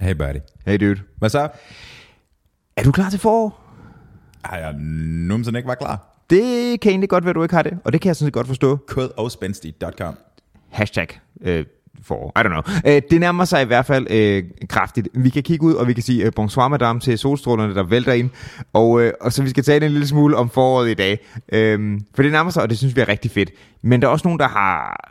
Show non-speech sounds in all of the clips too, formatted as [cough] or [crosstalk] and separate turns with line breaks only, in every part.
Hey buddy.
Hey dude.
Hvad så?
Er du klar til forår?
Har jeg numsen ikke var klar?
Det kan egentlig godt være, du ikke har det, og det kan jeg sådan set godt forstå.
Kodogspendstig.com
Hashtag øh, forår. I don't know. Øh, det nærmer sig i hvert fald øh, kraftigt. Vi kan kigge ud, og vi kan sige øh, bonsoir madame til solstrålerne, der vælter ind. Og, øh, og så vi skal tale en lille smule om foråret i dag. Øh, for det nærmer sig, og det synes vi er rigtig fedt. Men der er også nogen, der har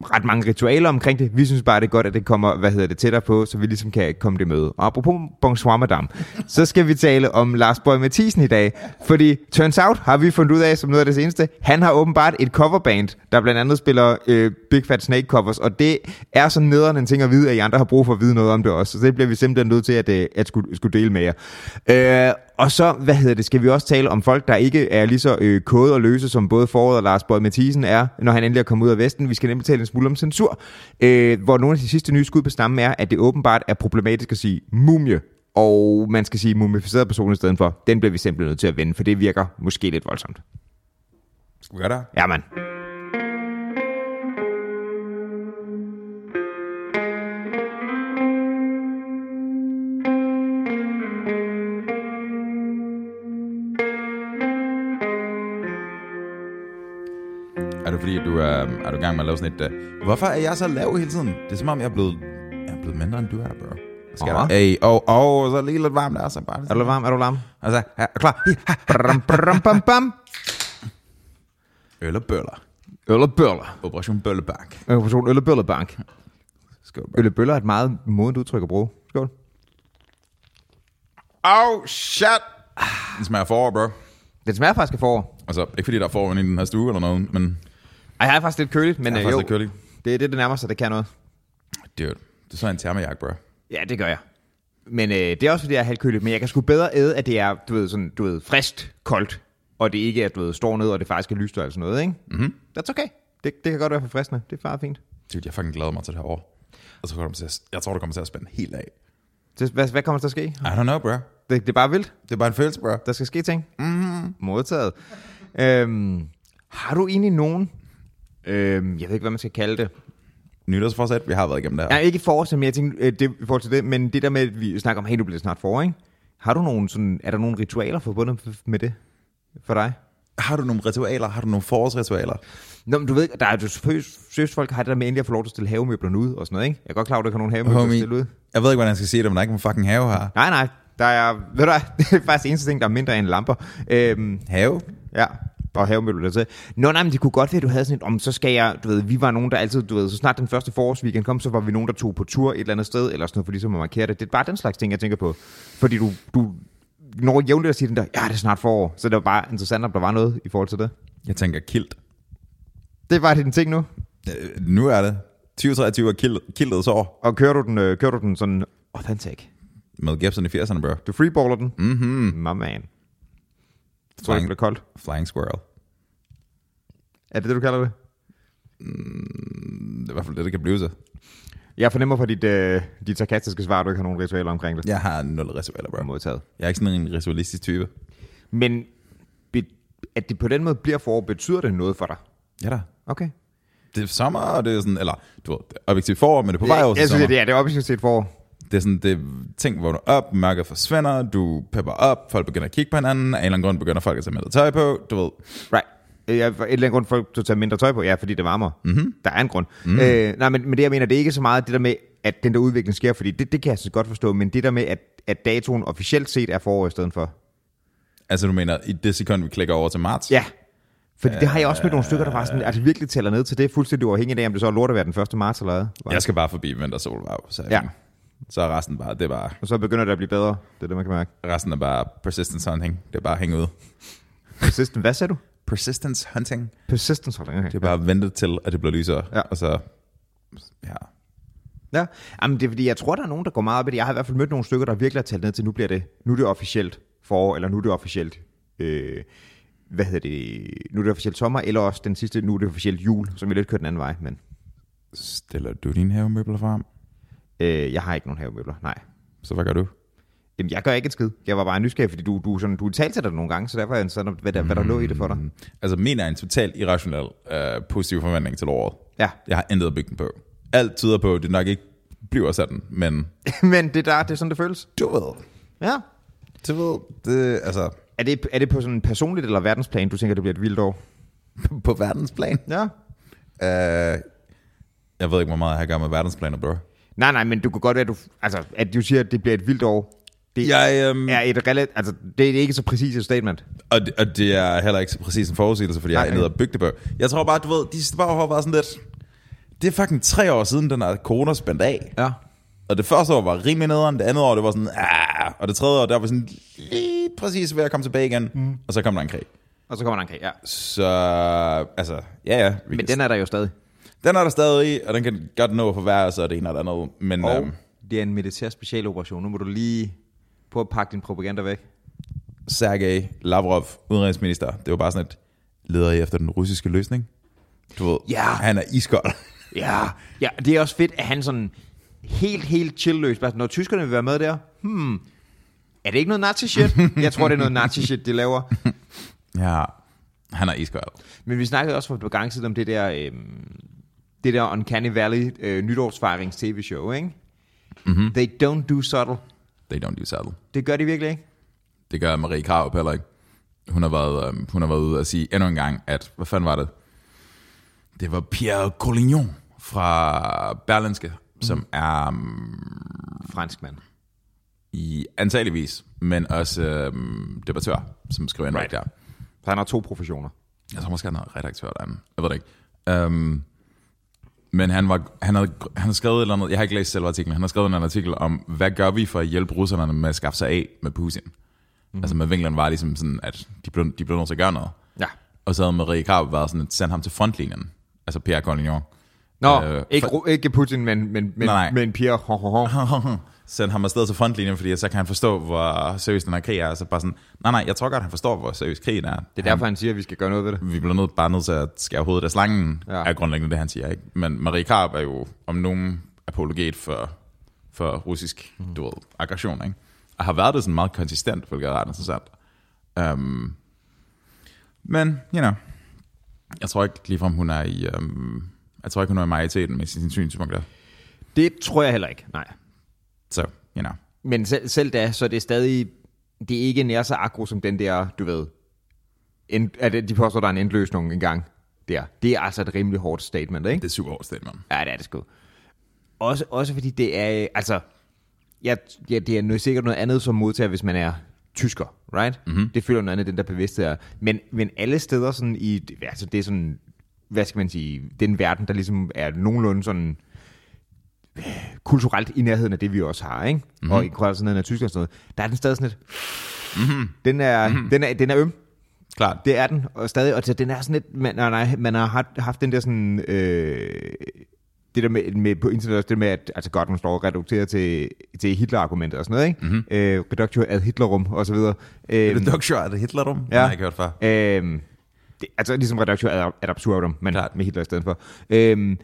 ret mange ritualer omkring det. Vi synes bare, det er godt, at det kommer, hvad hedder det, tættere på, så vi ligesom kan komme det med. Og apropos bonsoir, madame, så skal vi tale om Lars Borg Mathisen i dag. Fordi turns out har vi fundet ud af, som noget af det seneste, han har åbenbart et coverband, der blandt andet spiller øh, Big Fat Snake covers, og det er sådan nederen en ting at vide, at I andre har brug for at vide noget om det også. Så det bliver vi simpelthen nødt til at, øh, at skulle, skulle dele med jer. Øh, og så, hvad hedder det, skal vi også tale om folk, der ikke er lige så øh, kode og løse, som både Foråret og Lars Borg Mathisen er, når han endelig er kommet ud af Vesten. Vi skal nemlig tale en smule om censur, øh, hvor nogle af de sidste nye skud på stammen er, at det åbenbart er problematisk at sige mumie, og man skal sige mumificeret person i stedet for. Den bliver vi simpelthen nødt til at vende, for det virker måske lidt voldsomt.
Skal vi gøre det?
Ja, mand.
Er det fordi, at du er, er du i gang med at lave sådan et... Uh, hvorfor er jeg så lav hele tiden? Det er som om, jeg er blevet, jeg er blevet mindre, end du er, bro. Skal
Aha.
der? Ey, og oh, oh, så lige lidt varmt der, så bare...
Er du varm? Er du larm?
Altså, ja, er klar. Hi, ha.
Bram, bram, bam, bam.
Øl og bøller.
Øl og bøller.
Operation Bøllebank.
Øh, Operation Øl og bøllerbank.
Skål, bro.
Øl og bøller er et meget modent udtryk at bruge. Skål.
Oh, shit! Ah, Den smager forår, bro.
Den smager faktisk af forår.
Altså, ikke fordi der er forår inde i den her stue eller noget, men...
Ej, jeg er faktisk lidt køligt, men
Jeg er
øh,
faktisk
jo,
lidt kølig.
det er det, der nærmer sig, det kan noget.
Dude, det er så en termojakke, bro.
Ja, det gør jeg. Men øh, det er også, fordi jeg er halvkøligt, men jeg kan sgu bedre æde, at det er, du ved, sådan, du ved, frist koldt, og det ikke er, du ved, står ned, og det faktisk er lyst og alt sådan noget, ikke? Mm-hmm. That's okay. Det, det kan godt være forfriskende. Det er bare fint.
Dude, jeg fucking glæder mig til det her år. Og så kommer det til at, jeg tror, det kommer til at spænde helt af.
Det, hvad, hvad kommer der til at ske?
I don't know, bro.
Det, det er bare vildt.
Det er bare en følelse, bro.
Der skal ske ting. Mm-hmm. Modtaget. Øhm, har du egentlig nogen, øhm, jeg ved ikke, hvad man skal kalde det,
Nytårsforsæt, vi har været igennem det her.
Nej, ikke i forår, som jeg tænkte, øh, det, i forhold til det, men det der med, at vi snakker om, hey, nu bliver det snart forår, ikke? Har du nogen sådan, er der nogle ritualer forbundet f- med det for dig?
Har du nogle ritualer? Har du nogle forårsritualer?
Nå, men du ved, der er jo selvfølgelig- seriøst folk har det der med endelig at få lov til at stille havemøblerne ud og sådan noget, ikke? Jeg er godt klar, over, at der kan nogle havemøbler
Homie,
stille ud.
jeg ved ikke, hvordan jeg skal sige det, men der er ikke en fucking have her.
Nej, nej, der er, ved du hvad, [laughs] det er faktisk eneste ting, der er mindre end lamper. Øhm,
Have?
Ja, og havemøbler til. Nå, nej, men det kunne godt være, at du havde sådan et, om så skal jeg, du ved, vi var nogen, der altid, du ved, så snart den første forårsweekend kom, så var vi nogen, der tog på tur et eller andet sted, eller sådan noget, for ligesom at markere det. Det er bare den slags ting, jeg tænker på. Fordi du, du når jævnligt at sige den der, ja, det er snart forår, så det var bare interessant, om der var noget i forhold til det.
Jeg tænker kilt.
Det var din ting nu.
Øh, nu er det. 2023 er kilt, kiltets år
Og kører du den, øh, kører du den sådan authentic?
med Gibson i 80'erne, bro.
Du freeballer den?
Mhm.
My man. Jeg tror, det
Fine.
bliver koldt.
Flying squirrel.
Er det det, du kalder det?
Det er i hvert fald det, det kan blive til.
Jeg fornemmer fra dit, øh, dit sarkastiske svar, at du ikke har nogen ritualer omkring det.
Jeg har nul ritualer, bro.
Modtaget.
Jeg er ikke sådan en ritualistisk type.
Men be, at det på den måde bliver forår, betyder det noget for dig?
Ja da.
Okay.
Det er sommer, og det er sådan, eller du ved, det er objektivt forår, men det er på vej over
jeg,
til
jeg synes,
sommer.
at det er, det er objektivt set forår.
Det er sådan, det er ting vågner op, mørket forsvinder, du pepper op, folk begynder at kigge på hinanden, af en eller anden grund begynder folk at tage mindre tøj på, du ved.
Right. Øh, Jeg, for et eller andet grund folk til at tage mindre tøj på. Ja, fordi det varmer.
Mhm.
Mm-hmm. Der er en grund. Mm-hmm. Øh, nej, men, men det jeg mener, det er ikke så meget det der med, at den der udvikling sker, fordi det, det kan jeg så godt forstå, men det der med, at, at datoen officielt set er forår i stedet for.
Altså du mener, i det sekund, vi klikker over til marts?
Ja. Fordi det har jeg også med
Øh.
nogle stykker, der var sådan, at det virkelig tæller ned til det, fuldstændig uafhængigt af, om det så er lort at være den 1. marts eller hvad.
Jeg skal bare forbi vintersolvarv, så,
Ja.
ja. så er resten bare, det er bare,
Og så begynder det at blive bedre, det er det, man
[laughs]
kan mærke.
resten er bare persistence hunting. Det er bare at hænge ud.
Persistence, hvad sagde du?
Persistence hunting. Det
Persistence, hold da, okay.
er bare at vente til, at det bliver lysere.
Ja.
Og så, ja.
Ja, Jamen, det er fordi, jeg tror, der er nogen, der går meget op i det. Jeg har i hvert fald mødt nogle stykker, der virkelig har talt ned til, nu bliver det, nu er det officielt forår, eller nu er det officielt, øh, hvad hedder det, nu er det officielt sommer, eller også den sidste, nu er det officielt jul, som vi lidt kører den anden vej, men
Stiller du dine havemøbler frem?
øh, jeg har ikke nogen havemøbler, nej.
Så hvad gør du?
Jamen, jeg gør ikke et skid. Jeg var bare nysgerrig, fordi du, du, er sådan, du talte til dig nogle gange, så derfor er jeg sådan, hvad der, hvad der lå i det for dig.
Altså min er en totalt irrationel øh, positiv forvandling til året.
Ja, [laughs]
Jeg har intet at bygge den på. Alt tyder på, at det nok ikke bliver sådan, men
Men det, der, det er sådan, det føles.
du ved,
Ja.
du ved, det, altså
Er det, er det på sådan en personligt eller verdensplan, du tænker, det bliver et vildt år?
på- på verdensplan.
Ja.
Uh, jeg ved ikke, hvor meget jeg har at gøre med verdensplaner, bro.
Nej, nej, men du kunne godt være, at du, altså, at du siger, at det bliver et vildt år. Det
Jeg, øhm,
er et relativt, altså, det er ikke så præcist et statement.
Og, det- og det er heller ikke så præcis en forudsigelse, fordi jeg
Nej.
er nede og bygge det på. Jeg tror bare, du ved, de sidste par år har været sådan lidt... Det er fucking tre år siden, den her corona spændt af.
Ja.
Og det første år var rimelig nederen, det andet år, det var sådan... Ah, og det tredje år, der var sådan lige præcis ved at komme tilbage igen. Mm. Og så kom der en krig.
Og så kommer der en krig, ja.
Så altså, ja ja. vi
Men
kan-
den er der jo stadig.
den er der stadig, og den kan godt nå at forværre sig, og det ene og det andet. Men
Og
øhm,
det er en militær specialoperation. Nu må du lige prøve at pakke din propaganda væk.
Sergej Lavrov, udenrigsminister, det var bare sådan et... Leder I efter den russiske løsning? Du ved,
Ja.
han er iskold. [laughs]
Ja, ja, det er også fedt, at han sådan helt, helt chillløs. Bare sådan, Når tyskerne vil være med der, hmm, er det ikke noget nazi-shit? Jeg tror, det er noget nazi-shit, de laver.
Ja, han er iskold.
Men vi snakkede også for et par gange siden om det der, øh, det der Uncanny Valley øh, nytårsfejrings tv-show, ikke? Mm-hmm. They don't do subtle.
They don't do saddle.
Det gør de virkelig ikke.
Det gør Marie Krarup heller ikke. Hun har været, øhm, hun har været ude og sige endnu en gang, at, hvad fanden var det? Det var Pierre Collignon fra Berlinske, mm. som er um,
Franskmand.
i antageligvis, men også øhm, debattør, som skriver en right. der.
Så han har to professioner.
Jeg tror måske, han er redaktør derinde. Jeg ved det ikke. Um, men han, var, han, havde, han havde skrevet et eller andet, jeg har ikke læst selve artiklen, han har skrevet en anden artikel om, hvad gør vi for at hjælpe russerne med at skaffe sig af med Putin? Mm-hmm. Altså med vinklen var ligesom sådan, at de blev, de blev nødt til at gøre noget.
Ja.
Og så havde Marie Karp været sådan, at sende ham til frontlinjen, altså Pierre Collignon.
Nå, øh,
Øh,
ikke,
for-
for... ikke Putin, men, men, men,
Nej.
men Pierre. Ho, ho, ho.
Send ham afsted til frontlinjen, fordi så kan han forstå, hvor seriøs den her krig er. Og så bare sådan, nej nej, jeg tror godt, han forstår, hvor seriøs krigen er.
Det er derfor, han siger, at vi skal gøre noget ved det.
vi bliver nødt, bare nødt til at skære hovedet af slangen,
Ja.
ja. er grundlæggende det, han siger. Ikke? Men Marie Karp er jo om nogen apologet for, for russisk mm. du ved, aggression, ikke? og har været det sådan meget konsistent, hvilket er ret interessant. Um, men, you know, jeg tror ikke ligefrem, hun er i... Um, jeg tror ikke, hun er i majoriteten med sine synspunkter.
Det tror jeg heller ikke, nej.
Så, you know.
Men selv, selv da, så er det stadig, det er ikke nær så aggro som den der, du ved, end, at de påstår, der er en endløsning engang der. Det er altså et rimelig hårdt statement, ikke?
Det er super overstemt, mand.
Ja, det er det sgu. Også, også fordi det er, øh, altså, ja, ja, det er noget, sikkert noget andet som modtager, hvis man er tysker, right? Mm-hmm. Det føler noget andet, den der bevidsthed er. Men, men alle steder sådan i, altså det er sådan, hvad skal man sige, den verden, der ligesom er nogenlunde sådan øh, kulturelt i nærheden af det, vi også har, ikke? Mm-hmm. Og i Kroatien, nærheden af Tyskland og sådan noget, der er den stadig sådan lidt, mm-hmm. den, er, mm-hmm. den, er, den er øm,
Klart.
det er den, og stadig, og den er sådan lidt, man, nej, nej, man har haft- haft den der sådan, øh, det der med, med på internet, også det med, at altså godt, man står redukteret til, til Hitler-argumentet og sådan noget, ikke? Mm-hmm. Øh, reductio ad Hitlerum, og så videre. Øh,
Reductio ad Hitlerum, ja.
Ja.
har jeg ikke hørt før.
Øhm, det, altså ligesom redaktør ad, ad absurdum, men
Klart.
Klart. med Hitler i stedet for. Øhm,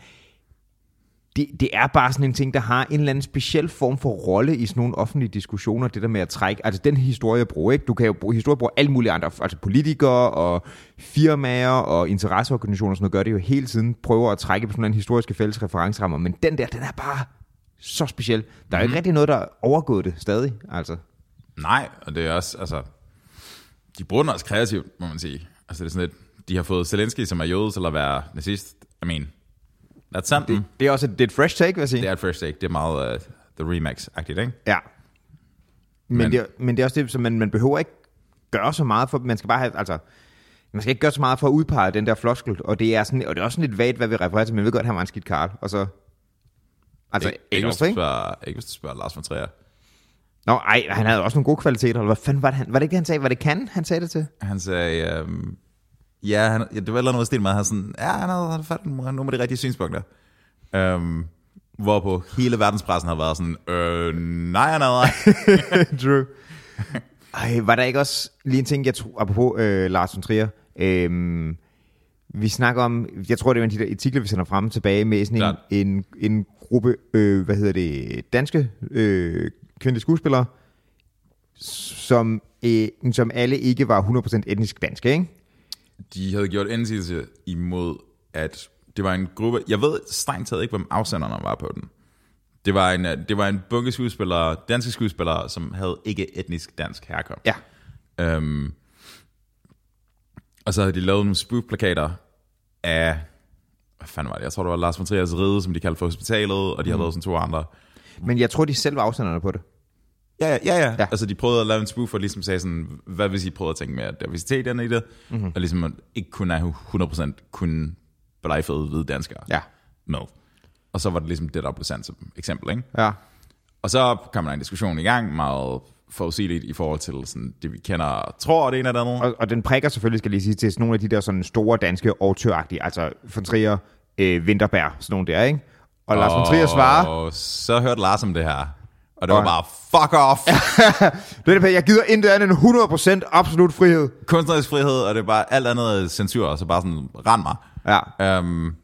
det, det er bare sådan en ting, der har en eller anden speciel form for rolle i sådan nogle offentlige diskussioner, det der med at trække, altså den historie jeg bruger, ikke? du kan jo bruge, historie bruger alle mulige andre, altså politikere og firmaer og interesseorganisationer og sådan noget, gør det jo hele tiden, prøver at trække på sådan nogle historiske fælles referencerammer, men den der, den er bare så speciel. Der er jo ikke rigtig noget, der er overgået det stadig, altså.
Nej, og det er også, altså, de bruger den også kreativt, må man sige. Altså, det er sådan lidt, de har fået Zelensky, som er jøde, til at være nazist. I mean, that's something. Det,
Mm. Det er også et, det er et fresh take, vil jeg sige.
det er et first take. Det er meget uh, The Remax-agtigt, ikke?
Ja.
Men-
Men, men, det, er- men det er også det, så man, man behøver ikke gøre så meget for, man skal bare have, altså, man skal ikke gøre så meget for at udpege den der floskel, og det er, sådan, og det er også sådan lidt vagt, hvad vi refererer til, men vi ved godt, at han var en skidt karl, og så... Altså,
ikke, ikke, hvis
Engels,
du
ikke?
spørger, ikke hvis du spørger Lars von Trier.
Nå, ej, han havde også nogle gode kvaliteter, eller hvad fanden var det, han, var det ikke det, han sagde? Var det kan, han sagde det til?
Han sagde, øhm, ja, han, ja, det var et eller andet stil med, at han sådan, ja, han havde, han havde fat nogle af de rigtige synspunkter. Øhm, hvorpå hele verdenspressen har været sådan, øh, nej, han havde ej."
True. [laughs] Ej, var der ikke også lige en ting, jeg tror, apropos øh, Lars von Trier, øh, vi snakker om, jeg tror, det var en af de der artikler, vi sender frem og tilbage med sådan
Klart.
en, en, en gruppe, øh, hvad hedder det, danske øh, kvindelige skuespillere, som, øh, som alle ikke var 100% etnisk danske, ikke?
de havde gjort indsigelse imod, at det var en gruppe... Jeg ved strengt taget ikke, hvem afsenderen var på den. Det var en, øh, det var en bunke skuespillere, danske skuespillere, som havde ikke etnisk dansk herkomst.
Ja.
Øhm, og så havde de lavet nogle spook-plakater af, hvad fanden var det, jeg tror det var Lars von Triers Ride, som de kaldte for hospitalet, og de havde lavet sådan to andre.
Men jeg tror, de selv var afsenderne på det.
Ja, ja, ja, ja.
Ja.
Altså, de prøvede at lave en spoof, og ligesom sagde sådan, hvad hvis I prøvede at tænke mere diversiteterne i det,
Mhm.
mm-hmm. og ligesom at ikke kun er 100% kun blegfede hvide danskere
Ja.
med. Og så var det ligesom det, der blev sendt som eksempel, ikke?
Ja.
Og så kom der en diskussion i gang, meget forudsigeligt i forhold til sådan, det, vi kender og tror, det ene eller det andet.
Og, og den prikker selvfølgelig, skal jeg lige sige, til sådan nogle af de der sådan store danske overtøragtige, altså von Trier, øh, Winterberg, sådan nogle der, ikke? Og Lars von Trier svarer,
Og så hørte Lars om det her. Og det var
Og-
bare, fuck off!
Ved du hvad, jeg gider intet andet end 100% absolut frihed.
Kunstnerisk frihed, og det er bare alt andet er censur, og så bare sådan, rend mig.
Ja.
Um,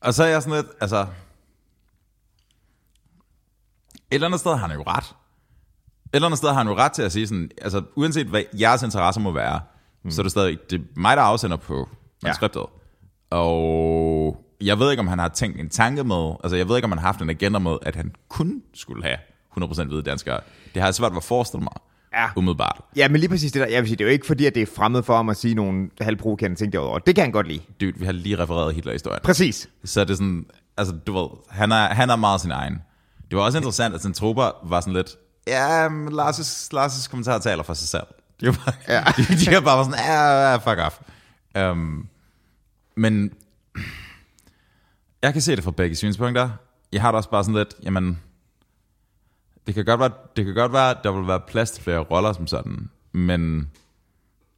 og så er jeg sådan lidt, altså... Et eller andet sted har han jo ret. Et eller andet sted har han jo ret til at sige sådan, altså uanset hvad jeres interesser må være, mm. så er det stadig det er mig, der afsender på manuskriptet. Ja. Og jeg ved ikke, om han har tænkt en tanke med, altså jeg ved ikke, om han har haft en agenda med, at han kun skulle have 100% hvide danskere. Det har jeg svært ved at forestille mig,
Ja.
umiddelbart.
Ja, men lige præcis det der, jeg vil sige, det er jo ikke fordi, at det er fremmed for ham at sige nogle halvprovokerende ting derudover. Det kan han godt lide.
Dude, vi har lige refereret Hitler-historien.
Præcis.
Så er det sådan, altså du ved, han er, han er meget sin egen. Det var også interessant, at Zentropa var sådan lidt, ja, men Lars' Lars' kommentar taler for sig selv. De var bare, ja. [laughs] de, de var bare sådan, ja, ja, fuck off. Um, men jeg kan se det fra begge synspunkter. Jeg har det også bare sådan lidt, jamen, det kan godt være, det kan godt være at der vil være plads til flere roller som sådan, men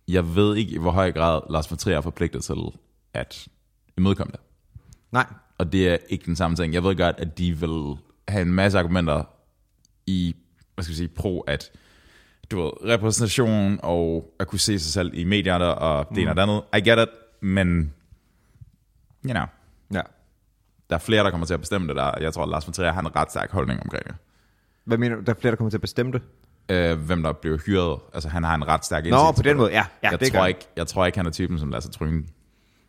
jeg ved ikke, i hvor høj grad Lars von Trier er forpligtet til at imødekomme det.
Nej.
Og det er ikke den samme ting. Jeg ved godt, at de vil have en masse argumenter i, hvad skal vi sige, pro at du ved, repræsentation og at kunne se sig selv i medierne og det ene og det andet. I get it, men you know,
Ja.
der er flere, der kommer til at bestemme det der. og Jeg tror, at Lars von Trier har en ret stærk holdning omkring det.
Hvad mener du, der er flere, der kommer til at bestemme det?
Øh, hvem der bliver hyret, altså han har en ret stærk
Nå,
indsigt
på den måde, ja. ja
jeg,
det
tror
gør.
ikke, jeg tror ikke, han er typen, som lader sig tryne.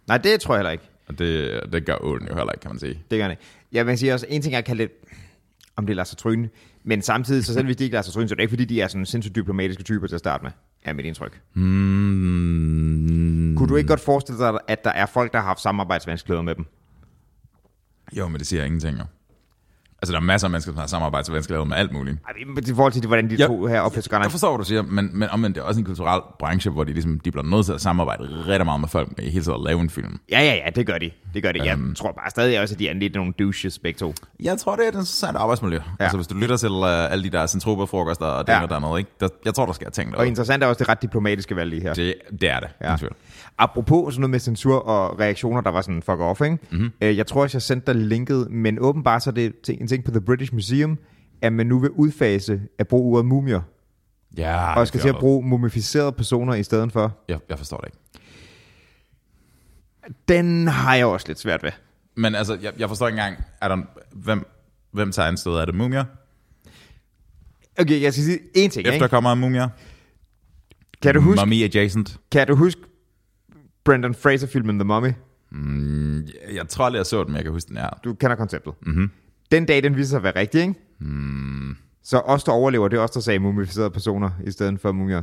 Nej, det tror jeg heller ikke.
Og det, det gør ålen jo heller ikke, kan man sige.
Det gør han ikke. Jeg vil sige også, en ting jeg kan lidt, om det lader sig tryne, men samtidig, så selv hvis de ikke lader sig tryne, så er det ikke fordi, de er sådan sindssygt diplomatiske typer til at starte med, er mit indtryk.
Mm, Hmm.
Kunne du ikke godt forestille dig, at der er folk, der har haft samarbejdsvanskeligheder med dem?
Jo, men det siger ingenting jo. Altså, der er masser af mennesker, som har samarbejdsvanskeligheder med alt muligt.
Ej, men I forhold til, hvordan de
Ja.
to her opfører sig godt nok.
Jeg forstår, hvad du siger, men, men omvendt, det er også en kulturel branche, hvor de, ligesom, de bliver nødt til at samarbejde rigtig meget med folk, i hele tiden at lave en film.
Ja, ja, ja, det gør de. Det gør de. Jeg
Øhm.
tror bare stadig også, at de er lidt nogle douches begge to.
Jeg tror, det er et interessant arbejdsmiljø. Ja. Altså, hvis du lytter til uh, alle de der centroberfrokoster og det
Ja.
ja. og der noget, ikke? Der, jeg tror, der skal jeg tænke
Og
derude.
interessant er også det ret diplomatiske valg lige her.
Det, det er det, ja. uden tvivl.
Apropos sådan noget med censur og reaktioner, der var sådan fuck off, ikke?
Mhm.
Mm-hmm. Jeg tror også, jeg sendte dig linket, men åbenbart så er det ting- en ting på The British Museum, at man nu vil udfase at bruge ordet mumier,
Ja,
og
det
skal til
gør
at
noget.
bruge mumificerede personer i stedet for.
Jeg, jeg forstår det ikke.
Den har jeg også lidt svært ved.
Men altså, jeg, jeg forstår ikke engang, er der, hvem, hvem tager anstød? Er det mumier?
Okay, jeg skal sige én ting,
Efter
ikke?
kommer af mumier?
Kan du huske,
Mummy adjacent?
kan du huske Brendan Fraser-filmen The Mummy?
Mm, jeg, jeg tror aldrig, jeg så den, men jeg kan huske den her.
Du kender konceptet. Mm-hmm.
Mhm.
Den dag, den viser sig at være rigtig, ikke? Mm. Så os, der overlever, det er os, der sagde mumificerede personer, i stedet for mumier.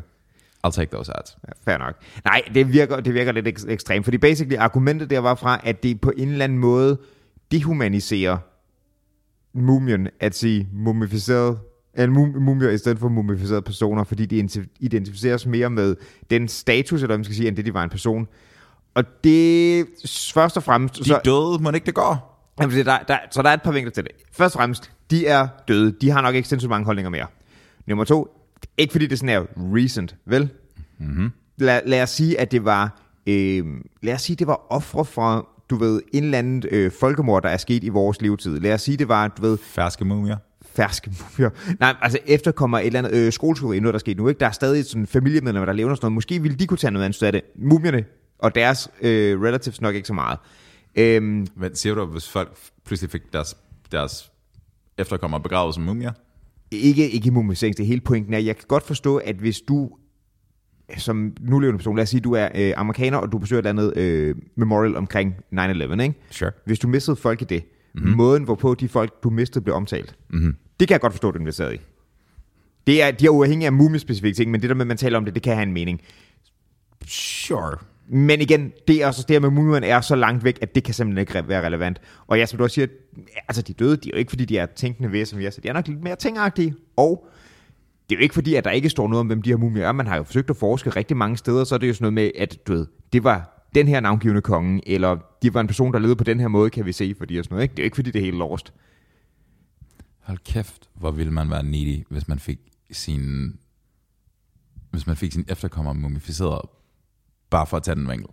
I'll take those odds.
Ja, fair nok. Nej, det virker, det virker lidt ek- ekstremt, fordi basically argumentet der var fra, at det på en eller anden måde dehumaniserer mumien at sige mumificeret eller mum- mumier i stedet for mumificerede personer, fordi de inti- identificeres mere med den status, eller hvad man skal sige, end det, de var en person. Og det s- først og fremmest...
De så, døde, må det ikke det går?
Jamen, det er der, der, så der er et par vinkler til det. Først og fremmest, de er døde. De har nok ikke sindssygt mange holdninger mere. Nummer to, ikke fordi det sådan er recent, vel? Mm-hmm. Lad, lad os sige, at det var... Øh, lad os sige, det var ofre for, du ved, en eller anden øh, folkemord, der er sket i vores levetid. Lad os sige, det var, du ved,
Færske mumier.
ferske mumier. Nej, altså efterkommer et eller andet øh, skoletyveri, noget der er sket nu, ikke? Der er stadig sådan familiemedlemmer, der lever og sådan noget. Måske ville de kunne tage noget andet af det. Mumierne og deres øh, relatives nok ikke så meget. Øhm,
Men siger du, hvis folk pludselig fik deres, deres efterkommere begravet som mumier?
ikke, ikke immunisering, det er hele pointen er, jeg kan godt forstå, at hvis du som nulevende person, lad os sige, du er øh, amerikaner, og du besøger et eller andet øh, memorial omkring 9-11, ikke?
Sure.
Hvis du mistede folk i det, Mm-hmm. Måden, hvorpå de folk, du mistede, blev omtalt. Mm-hmm. Det kan jeg godt forstå, du er investeret i. Det er, de er uafhængige af mumiespecifikke ting, men det der med, at man taler om det, det kan have en mening.
Sure.
Men igen, det er også det her med mumien er så langt væk, at det kan simpelthen ikke re- være relevant. Og ja, som du også siger, altså de døde, de er jo ikke fordi, de er tænkende væsener, som vi er, så de er nok lidt mere tænkagtige. Og det er jo ikke fordi, at der ikke står noget om, hvem de her mumier er. Man har jo forsøgt at forske rigtig mange steder, så er det jo sådan noget med, at du ved, det var den her navngivende konge, eller det var en person, der levede på den her måde, kan vi se, fordi og sådan noget. Ikke? Det er jo ikke fordi, det er helt lost.
Hold kæft, hvor ville man være needy, hvis man fik sin, hvis man fik sin efterkommer mumificeret, bare for at tage den vinkel.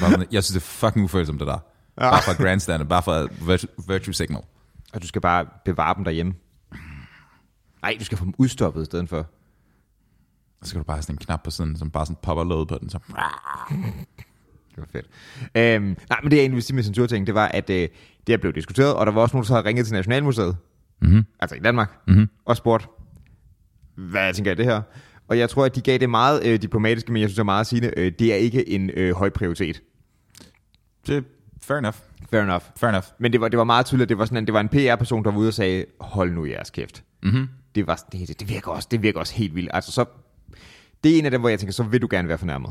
Bare sådan, jeg synes, det er fucking ufølsomt, det der. Bare for grandstandet, bare for virtue, virtue signal.
Og du skal bare bevare dem derhjemme. Nej, du skal få dem udstoppet i stedet for.
Så skal du bare have sådan en knap på siden, som bare sådan popper låget på den, så
Det var fedt. Øhm, nej, men det jeg egentlig ville sige med censurting, det var, at øh, det her blev diskuteret, og der var også nogen, der havde ringet til Nationalmuseet, mm-hmm. altså i Danmark, mm-hmm. og spurgt, hvad tænker jeg af det her? Og jeg tror, at de gav det meget øh, diplomatiske, men jeg synes, det er meget sigende, øh, det er ikke en øh, høj prioritet.
det er fair enough.
Fair enough.
Fair enough.
Men det var, det var meget tydeligt, at det var, sådan, at det var en PR-person, der var ude og sagde, hold nu jeres kæft. Mm-hmm. Det, var, sådan, det, det, det, virker også, det virker også helt vildt. Altså, så, det er en af dem, hvor jeg tænker, så vil du gerne være fornærmet.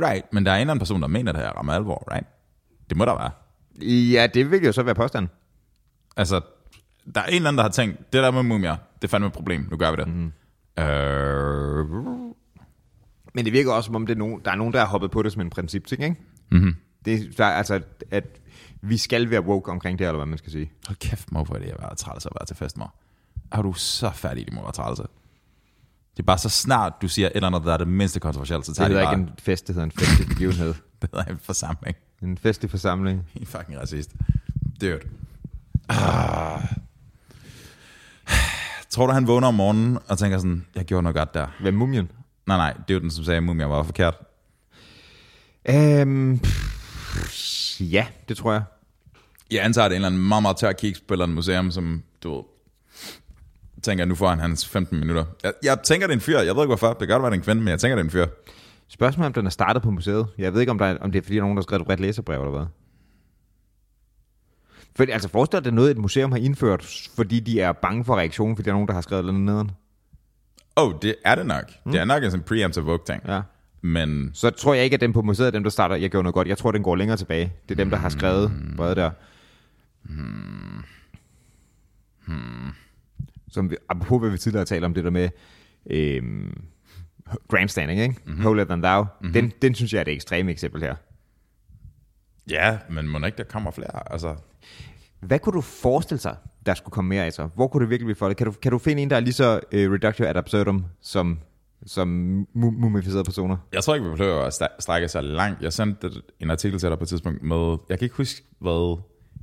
Right, men der er en eller anden person, der mener, det her rammer alvor, right? Det må der være.
Ja, det vil jo så være påstanden.
Altså, der er en eller anden, der har tænkt, det der med mumier, det er fandme et problem, nu gør vi det. Mm. Øh,
Men det virker også, som om det er nogen, der er nogen, der har hoppet på det som en principting, ikke? Mm-hmm.
Mhm.
Det, der, er altså, at vi skal være woke omkring det, eller hvad man skal sige.
hold kæft, mor, hvor er det, jeg har været træls at være til fest, mor. Er du så færdig, det må være træls. Det er bare så snart, du siger et eller andet, der er det mindste kontroversielt, så
Det
tager det
hedder
de bare,
ikke en fest, det hedder en festlig begivenhed.
[laughs] det hedder en forsamling.
En festlig forsamling.
I er fucking racist. Dude. Ah. Tror du, han vågner om morgenen og tænker sådan, jeg gjorde noget godt der?
Hvem mumien?
Nej, nej, det er jo den, som sagde, at mumien var forkert.
Øhm, pff, ja, det tror jeg.
Jeg antager, at det er en eller anden meget, meget tør kiks på et eller andet museum, som du ved, tænker, nu får han hans 15 minutter. Jeg, jeg tænker, det er en fyr. Jeg ved ikke, hvorfor. Det kan godt være, det er en kvinde, men jeg tænker, det er en fyr.
Spørgsmålet er, om den er startet på museet. Jeg ved ikke, om, der er, om det er fordi, der er nogen, der har skrevet et bredt læserbrev eller hvad. For, altså forestiller det noget, et museum har indført, fordi de er bange for reaktionen, fordi der er nogen, der har skrevet et eller andet nederen.
Åh, oh, det er det nok. Mm. Det er nok en sådan preemptive vogue ting.
Ja.
Men
Så tror jeg ikke, at dem på museet er dem, der starter, jeg gjorde noget godt. Jeg tror, den går længere tilbage. Det er dem, der har skrevet brevet der. Som vi, apropos, hvad vi tidligere talte om, det der med øhm, grandstanding, ikke? Mm-hmm. Holier than thou. Mm-hmm. Den, den synes jeg er det ekstreme eksempel her.
ja, men må ikke, der kommer flere. Altså,
Hvad kunne du forestille sig, der skulle komme mere af sig? Hvor kunne det virkelig blive for det? Kan du, kan du finde en, der er lige så øh, reductio ad absurdum, som, som mu- mumificerede personer?
jeg tror ikke, vi behøver at sta- strække så langt. Jeg sendte en artikel til dig på et tidspunkt med, jeg kan ikke huske, hvad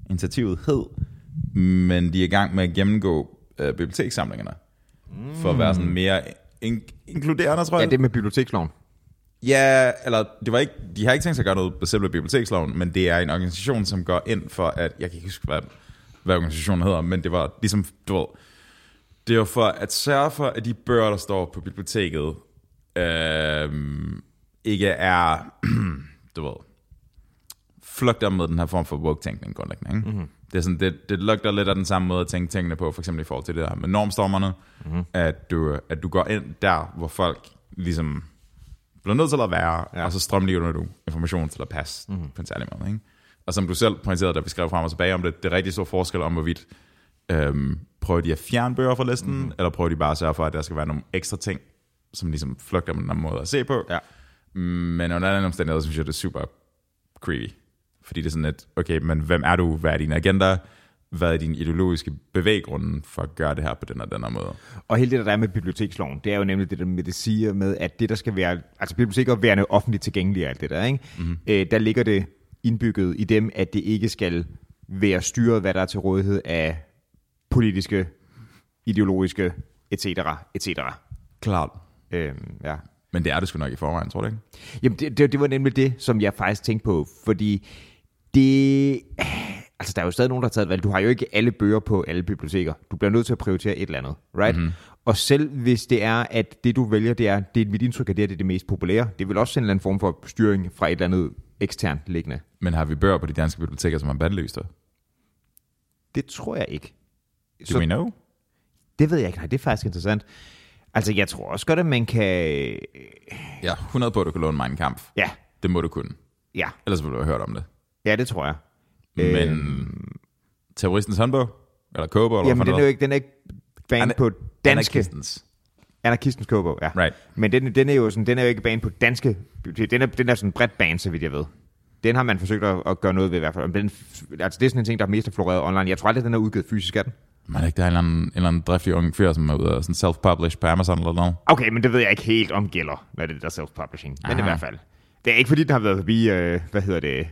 initiativet hed, men de er i gang med at gennemgå øh, bibliotekssamlingerne, mm. for at være sådan mere in- inkluderende, tror jeg.
Ja, det med biblioteksloven.
Ja, eller det var ikke, de har ikke tænkt sig at gøre noget på selve biblioteksloven, men det er en organisation, som går ind for, at jeg kan ikke huske, hvad, hvad organisationen hedder, men det var ligesom, du ved, det var for at sørge for, at de bøger, der står på biblioteket, øh, ikke er, [clears throat] du ved, flugt op med den her form for woke-tænkning grundlæggende. Ikke? Mm-hmm. Det, er sådan, det, det lugter lidt af den samme måde at tænke tingene på, for eksempel i forhold til det der med normstormerne, mm-hmm. at, du, at du går ind der, hvor folk ligesom bliver nødt til at være, ja. og så strømligner du information til at passe mm-hmm. på en særlig måde. Ikke? Og som du selv pointerede, da vi skrev frem og tilbage om det, det er rigtig stor forskel om, hvorvidt øhm, prøver de at fjerne bøger fra listen, mm-hmm. eller prøver de bare at sørge for, at der skal være nogle ekstra ting, som ligesom flugter med den anden måde at se på.
Ja.
Men under alle omstændigheder, synes jeg, det er super creepy. Fordi det er sådan lidt, okay, men hvem er du? Hvad er din agenda? Hvad er din ideologiske bevæggrunde for at gøre det her på den og den her måde?
Og hele det, der er med biblioteksloven, det er jo nemlig det der med, det siger med, at det, der skal være, altså biblioteker værende offentligt tilgængelige og alt det der, ikke? Mm-hmm. Øh, der ligger det indbygget i dem, at det ikke skal være styret, hvad der er til rådighed af politiske, ideologiske, etc., etc.
Klart.
Øhm, ja.
Men det er det sgu nok i forvejen, tror du ikke?
Jamen, det, det, det var nemlig det, som jeg faktisk tænkte på, fordi det... Altså, der er jo stadig nogen, der har taget et valg. Du har jo ikke alle bøger på alle biblioteker. Du bliver nødt til at prioritere et eller andet, right? Mm-hmm. Og selv hvis det er, at det, du vælger, det er, det er mit indtryk, at det, her, det er det mest populære, det vil også en eller anden form for styring fra et eller andet eksternt liggende.
Men har vi bøger på de danske biblioteker, som er bandlyster?
Det tror jeg ikke.
Do så, we know?
Det ved jeg ikke. Nej, det er faktisk interessant. Altså, jeg tror også godt, at man kan...
Ja, 100 på, at du kan låne Mein Kampf.
Ja,
Det må du kunne.
ja,
Ellers ville du have hørt om det.
ja, det tror jeg.
Men
Øhm,
terroristens håndbog? Eller kogebog? Eller
jamen,
hvad
den
fanden
er jo ikke, den er ikke banet
Ana-
på danske...
Anarkistens.
Anarkistens kogebog, ja.
Right.
Men den, den, er jo sådan, den er jo ikke banet på danske... Den er, den er sådan bredt banet, så vidt jeg ved. Den har man forsøgt at, at gøre noget ved i hvert fald. Men Den, altså, det er sådan en ting, der er mest har floreret online. Jeg tror aldrig, den er udgivet fysisk af den.
Man er ikke der er en eller anden, en eller anden driftig ung fyr, som er ude og sådan self-publish på Amazon eller noget.
Okay, men det ved jeg ikke helt om gælder, hvad det er, der er self-publishing. Men
Aha.
i hvert fald. Det er ikke fordi, den har været forbi, øh, hvad hedder det,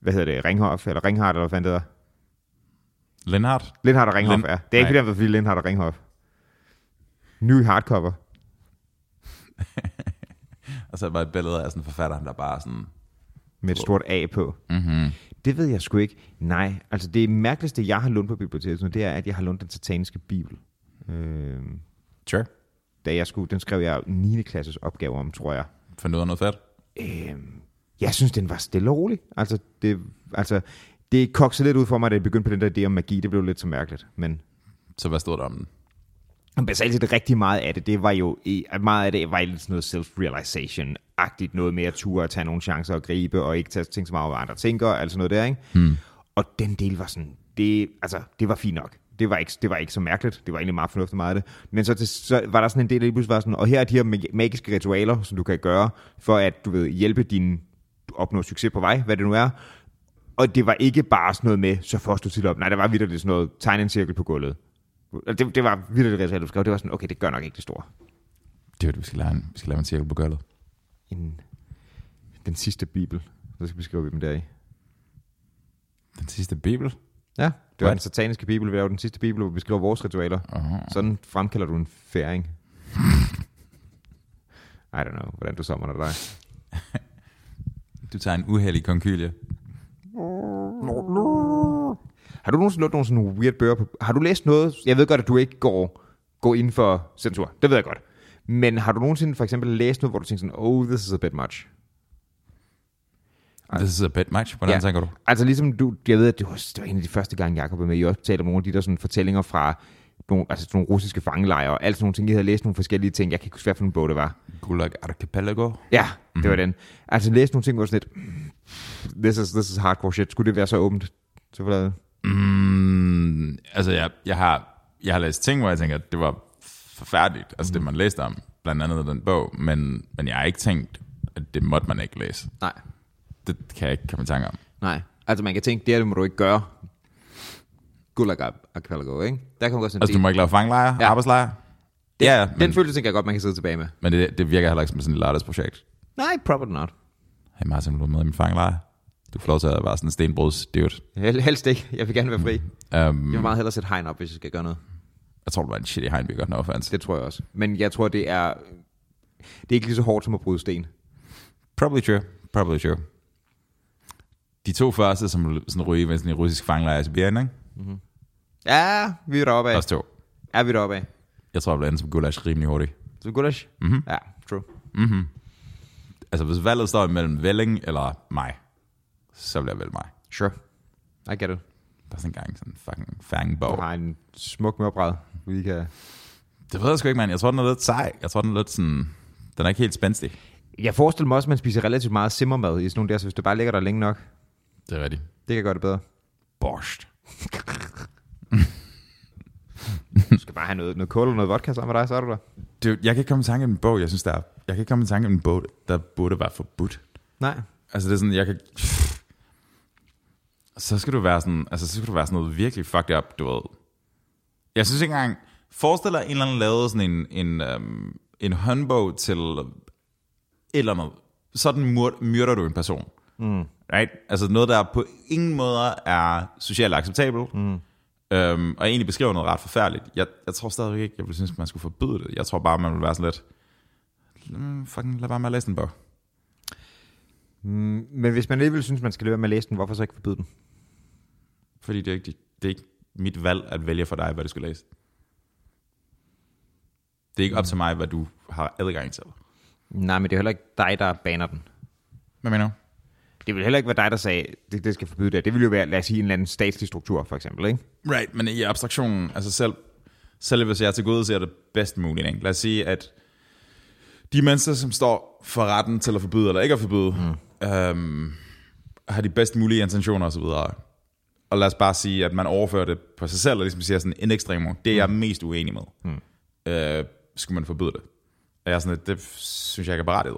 hvad hedder det, Ringhoff, eller Ringhardt, eller hvad fanden det hedder.
Lennart?
Lindhardt og Ringhoff,
Lind-
ja. Det er
Nej.
ikke fordi, den har været forbi Lindhardt og Ringhoff. Ny hardcover.
Og så er der bare et billede af sådan forfatteren, der bare er sådan...
Med et stort A på.
Mm-hmm.
Det ved jeg sgu ikke. Nej, altså det mærkeligste, jeg har lånt på biblioteket, nu, det er, at jeg har lånt den sataniske bibel. Øh,
Sure.
da jeg skulle, den skrev jeg 9. klasses opgave om, tror jeg.
Fandt ud af noget fedt.
Øh, jeg synes, den var stille og rolig. Altså, det, altså, det koksede lidt ud for mig, da jeg begyndte på den der idé om magi. Det blev lidt så mærkeligt. Men
Så hvad stod der om den?
men basalt set rigtig meget af det, det var jo, i- meget af det var lidt sådan noget self-realization-agtigt, noget med at ture at tage nogle chancer og gribe, og ikke tage ting så meget, over, hvad andre tænker, og alt sådan noget der, ikke? Hmm. Og den del var sådan, det, altså, det var fint nok. Det var, ikke, det var ikke så mærkeligt. Det var egentlig meget fornuftigt meget af det. Men så, til, så var der sådan en del, der lige pludselig var sådan, og her er de her mag- magiske ritualer, som du kan gøre, for at du ved, hjælpe din du opnår succes på vej, hvad det nu er. Og det var ikke bare sådan noget med, så først du til op. Nej, der var vidderligt sådan noget, tegne en cirkel på gulvet. Altså, Det, det var vildt det ritual, du skrev. Det var sådan, okay, det gør nok ikke det store.
Det er det, vi skal lave en, vi skal lave en cirkel på gulvet.
En, den sidste bibel, så skal vi skrive dem deri.
Den sidste bibel?
Ja, det var
What?
den sataniske bibel. Vi lavede den sidste bibel, hvor vi beskriver vores ritualer.
Uh-huh.
Sådan fremkalder du en færing. I don't know, hvordan du sommer dig.
Du tager en uheldig konkylie.
Har du nogensinde lånt nogle sådan weird bøger på... Har du læst noget... Jeg ved godt, at du ikke går, går inden for censur. Det ved jeg godt. Men har du nogensinde for eksempel læst noget, hvor du tænker sådan, oh, this is a bit much?
This is a bit much. Hvordan
Ja.
ja. tænker du?
Altså ligesom du, jeg ved, at det var, det var en af de første gange, Jacob var med, I også talte om nogle af de der sådan fortællinger fra nogle, altså sådan nogle russiske fangelejre og alt sådan nogle ting. Jeg havde læst nogle forskellige ting. Jeg kan ikke huske, hvad for en bog det var.
Gulag Archipelago?
Ja, mm-hmm. det var den. Altså læste nogle ting, hvor jeg sådan lidt, "Mm, this is, this is hardcore shit. Skulle det være så åbent? Så var det,
Mm, altså, jeg, jeg, har, jeg har læst ting, hvor jeg tænker, at det var forfærdeligt, altså mm. det, man læste om, blandt andet den bog, men, men jeg har ikke tænkt, at det måtte man ikke læse.
nej,
Det kan jeg ikke komme i tanke om.
nej. Altså man kan tænke, det her, det må du ikke gøre. Gulag Archipelago, ikke? Der kan man godt sådan,
Altså, du må ikke lave fanglejre,
Ja.
ja. arbejdslejre? Ja, ja, men,
følelse tænker jeg godt, man kan sidde tilbage med.
men det, det virker heller ikke som sådan et lørdagsprojekt.
Nej, probably not.
Hey Martin, vil du er med i min fanglejr. Du får lov til at være sådan en stenbruds dude.
Hel, helst ikke. Jeg vil gerne være fri. Mm.
Um,
Jeg vil meget hellere sætte hegn op, hvis jeg skal gøre noget.
jeg tror, det var en shitty Heinby, godt nok offense.
Det tror jeg også. Men jeg tror, det er... Det er ikke lige så hårdt som at bryde sten.
Probably true. Probably true. De to første, som sådan ryger i sådan en russisk fanglejr i Sibirien, ikke?
Ja, vi er deroppe af.
Os to.
Er vi deroppe af.
Jeg tror, jeg blev andet som gulasch rimelig hurtigt.
Så gulasch? Mm-hmm. Ja, true.
Mm-hmm. Altså, hvis valget står mellem Velling eller mig, så bliver jeg vælge mig.
Sure. I get it.
Der er sådan en gang sådan en fucking
Du
fangbog.
har en smuk mørbræd. Vi kan...
Det ved jeg sgu ikke, mand. Jeg tror, den er lidt sej. Jeg tror, den er lidt sådan... Den er ikke helt spændstig.
Jeg forestiller mig også, at man spiser relativt meget simmermad i sådan nogle der, så hvis du bare ligger der længe nok,
Det er rigtigt.
det kan gøre det bedre.
Borscht.
Du skal bare have noget, noget kål og noget vodka sammen med dig, så er du der.
Det, jeg kan ikke komme i tanke om en bog, jeg synes, der er, Jeg kan ikke komme i tanke om en bog, der burde være forbudt.
Nej.
Altså, det er sådan, jeg kan... Så skal du være sådan... Altså, så skal du være sådan noget virkelig fucked up, du ved. Jeg synes ikke engang... Forestil dig, en eller anden lavede sådan en, en, øhm, en håndbog til et eller andet. Sådan mur- myrder du en person. Mm. Right? Altså noget, der på ingen måder er socialt acceptabelt. Mm. Øhm, og egentlig beskriver noget ret forfærdeligt. Jeg, jeg tror stadigvæk ikke, jeg vil synes, man skulle forbyde det. Jeg tror bare, man vil være sådan lidt... Mm, fucking lad bare med at læse den bog.
Mm, Men hvis man alligevel synes, man skal løbe med at læse den, hvorfor så ikke forbyde den?
Fordi det er, ikke, det er ikke mit valg at vælge for dig, hvad du skal læse. Det er ikke op til mig, hvad du har adgang til.
Nej, men det er heller ikke dig, der baner den.
Hvad mener du?
det ville heller ikke være dig, der sagde, det, det skal forbyde det. Det ville jo være, lad os sige, en eller anden statslig struktur, for eksempel, ikke?
Right, men i abstraktionen, altså selv, selv hvis jeg til gode ser det bedst muligt, ikke? lad os sige, at de mennesker, som står for retten til at forbyde eller ikke at forbyde, mm. øhm, har de bedst mulige intentioner osv. Og lad os bare sige, at man overfører det på sig selv, og ligesom siger sådan, en ekstremo, det er jeg mest uenig med. Mm. Øh, skulle man forbyde det? Og jeg er sådan, lidt, det synes jeg ikke er berettiget.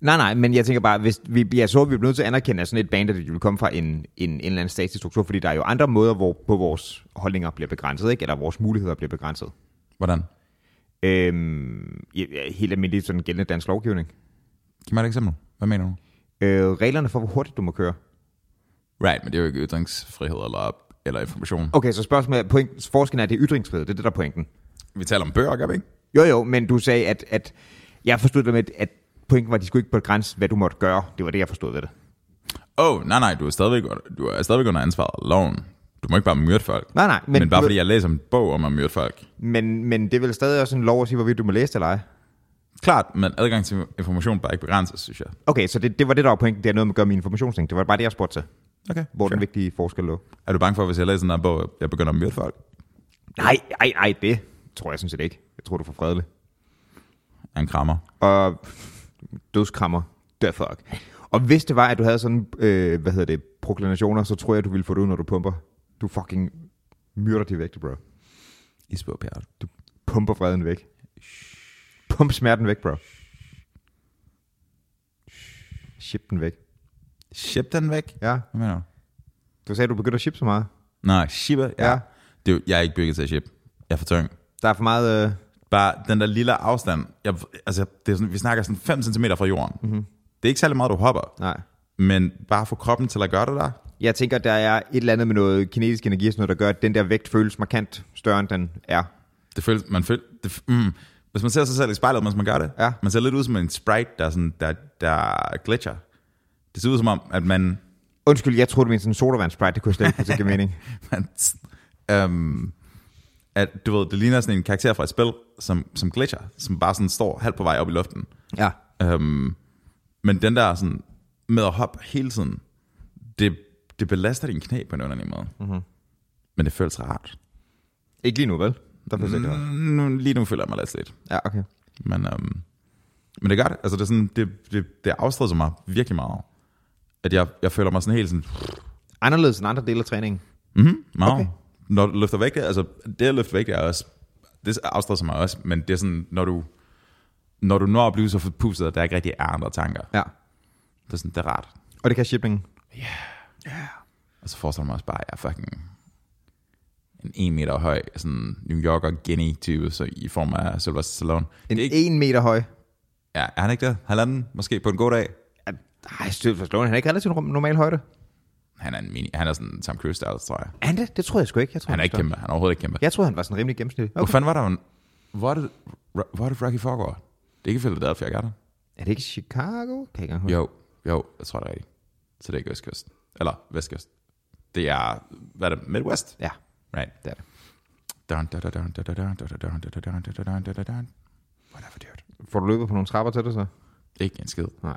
Nej, nej, men jeg tænker bare, hvis vi, jeg så, at vi bliver nødt til at anerkende, at sådan et band, at det vil komme fra en, en, en eller anden statslig struktur, fordi der er jo andre måder, hvor på vores holdninger bliver begrænset, ikke? eller vores muligheder bliver begrænset.
Hvordan?
Øhm, ja, ja, helt almindeligt sådan gældende dansk lovgivning.
Giv mig et eksempel. Hvad mener du?
Øh, reglerne for, hvor hurtigt du må køre.
Right, men det er jo ikke ytringsfrihed eller, eller information.
Okay, så spørgsmålet er, point, forskellen er, at det er ytringsfrihed, det er det, der er pointen.
Vi taler om bøger, gør vi ikke?
Jo, jo, men du sagde, at, at jeg forstod det med, at pointen var, at de skulle ikke på grænsen, hvad du måtte gøre. Det var det, jeg forstod ved det.
Åh, oh, nej, nej, du er stadigvæk, du er stadigvæk under ansvaret af loven. Du må ikke bare myrde folk.
Nej, nej,
Men, men bare
du-
fordi jeg læser en bog om at myrde folk.
men, men det er vel stadig også en lov at sige, hvorvidt du må læse det eller ej.
Klart, men adgang til information bare ikke begrænses, synes jeg.
Okay, så det, det var det, der var pointen. Det har noget med at gøre med informationsting. Det var bare det, jeg spurgte til.
Okay.
Hvor sure. den vigtige forskel lå.
Er du bange for, hvis jeg læser den her bog, at jeg begynder at myrde folk?
Nej, nej, nej, det tror jeg sådan set ikke. Jeg tror, du får fredelig.
Er en krammer.
Og dødskrammer. The fuck. Og hvis det var, at du havde sådan, øh, hvad hedder det, proklamationer, så tror jeg, du ville få det ud, når du pumper. Du fucking myrder det væk, bro.
Isbog, Per. Du...
Pumper freden væk. Pump smerten væk, bro. Ship den væk.
Ship den væk?
Ja,
Hvad mener du?
du sagde, du begyndte at ship så meget.
Nej, shipper, ja.
Ja.
ja. Det er jo, jeg er ikke bygget til at ship. Jeg er for tyng.
Der er for meget... Øh,
Bare den der lille afstand. Jeg, altså, det er sådan, vi snakker sådan 5 cm fra jorden. Mm-hmm. Det er ikke særlig meget, du hopper.
nej.
Men bare få kroppen til at gøre det der.
Jeg tænker, der er et eller andet med noget kinetisk energi, og sådan noget, der gør, at den der vægt føles markant større, end den er.
Det føles, man føler, det, mm, hvis man ser sig selv i spejlet, mens man gør det,
Ja.
man ser lidt ud som en sprite, der, er sådan, der, der glitcher. Det ser ud som om, at man,
Undskyld, jeg troede, du mente sådan en sodavand sprite. Det kunne jeg slet ikke få til at give mening.
man øhm, at, du ved, det ligner sådan en karakter fra et spil, som, som glitcher, som bare sådan står halvt på vej op i luften.
Ja.
Øhm, men den der sådan, med at hoppe hele tiden, det, det belaster dine knæ på en underlig måde. Mm-hmm. Men det føles rart.
Ikke lige nu, vel? Der føles ikke noget.
Mm, nu, lige nu føler jeg mig lidt slidt.
Ja, okay.
Men, øhm, men det gør det. Altså, det, er sådan, det, det, det afstræder mig virkelig meget. At jeg, jeg føler mig sådan helt sådan,
Anderledes end andre dele af træningen.
mhm, meget.
Okay.
Okay. Når du løfter vægte, altså det at løfte vægte er også, det afstræder mig også, men det er sådan, når du, når du når at blive så forpustet, at der ikke rigtig er andre tanker.
Ja.
Det er sådan, det er rart.
Og det kan shipping.
Og så forestiller jeg mig også bare, at jeg er fucking en 1 meter høj, sådan New Yorker Guinea-type, så i form af Sylvester Stallone.
En
Det er ikke,
en meter høj.
ja, er han ikke der? Halvanden, måske på en god dag?
Ej, stødt for slående. Han er ikke relativt rum- normal højde.
Han er, en mini, han er sådan Tom Cruise style, tror jeg.
Er han det? Det tror jeg sgu ikke. Jeg tror,
Han er ikke
større.
kæmpe, han er overhovedet ikke kæmpe.
Jeg troede, han var sådan rimelig gennemsnitlig.
Hvor
Okay.
fanden var der en... Hvor er det, Ro- hvor er det Rocky foregår? Det er ikke Philadelphia, gør det?
Er det ikke Chicago? Kan jeg ikke engang huske.
Jo, jo, jeg tror det er rigtigt. Så det er ikke Østkyst. Eller Vestkyst. Det er, hvad er det, Midwest?
Ja,
Right.
det er det.
Dun, dun, dun, dun, dun, dun, dun, dun, dun, dun, dun, dun, dun, dun, dun, dun. Whatever, dude.
Får du løbet på nogle trapper til det så?
Ikke en skid.
Nej.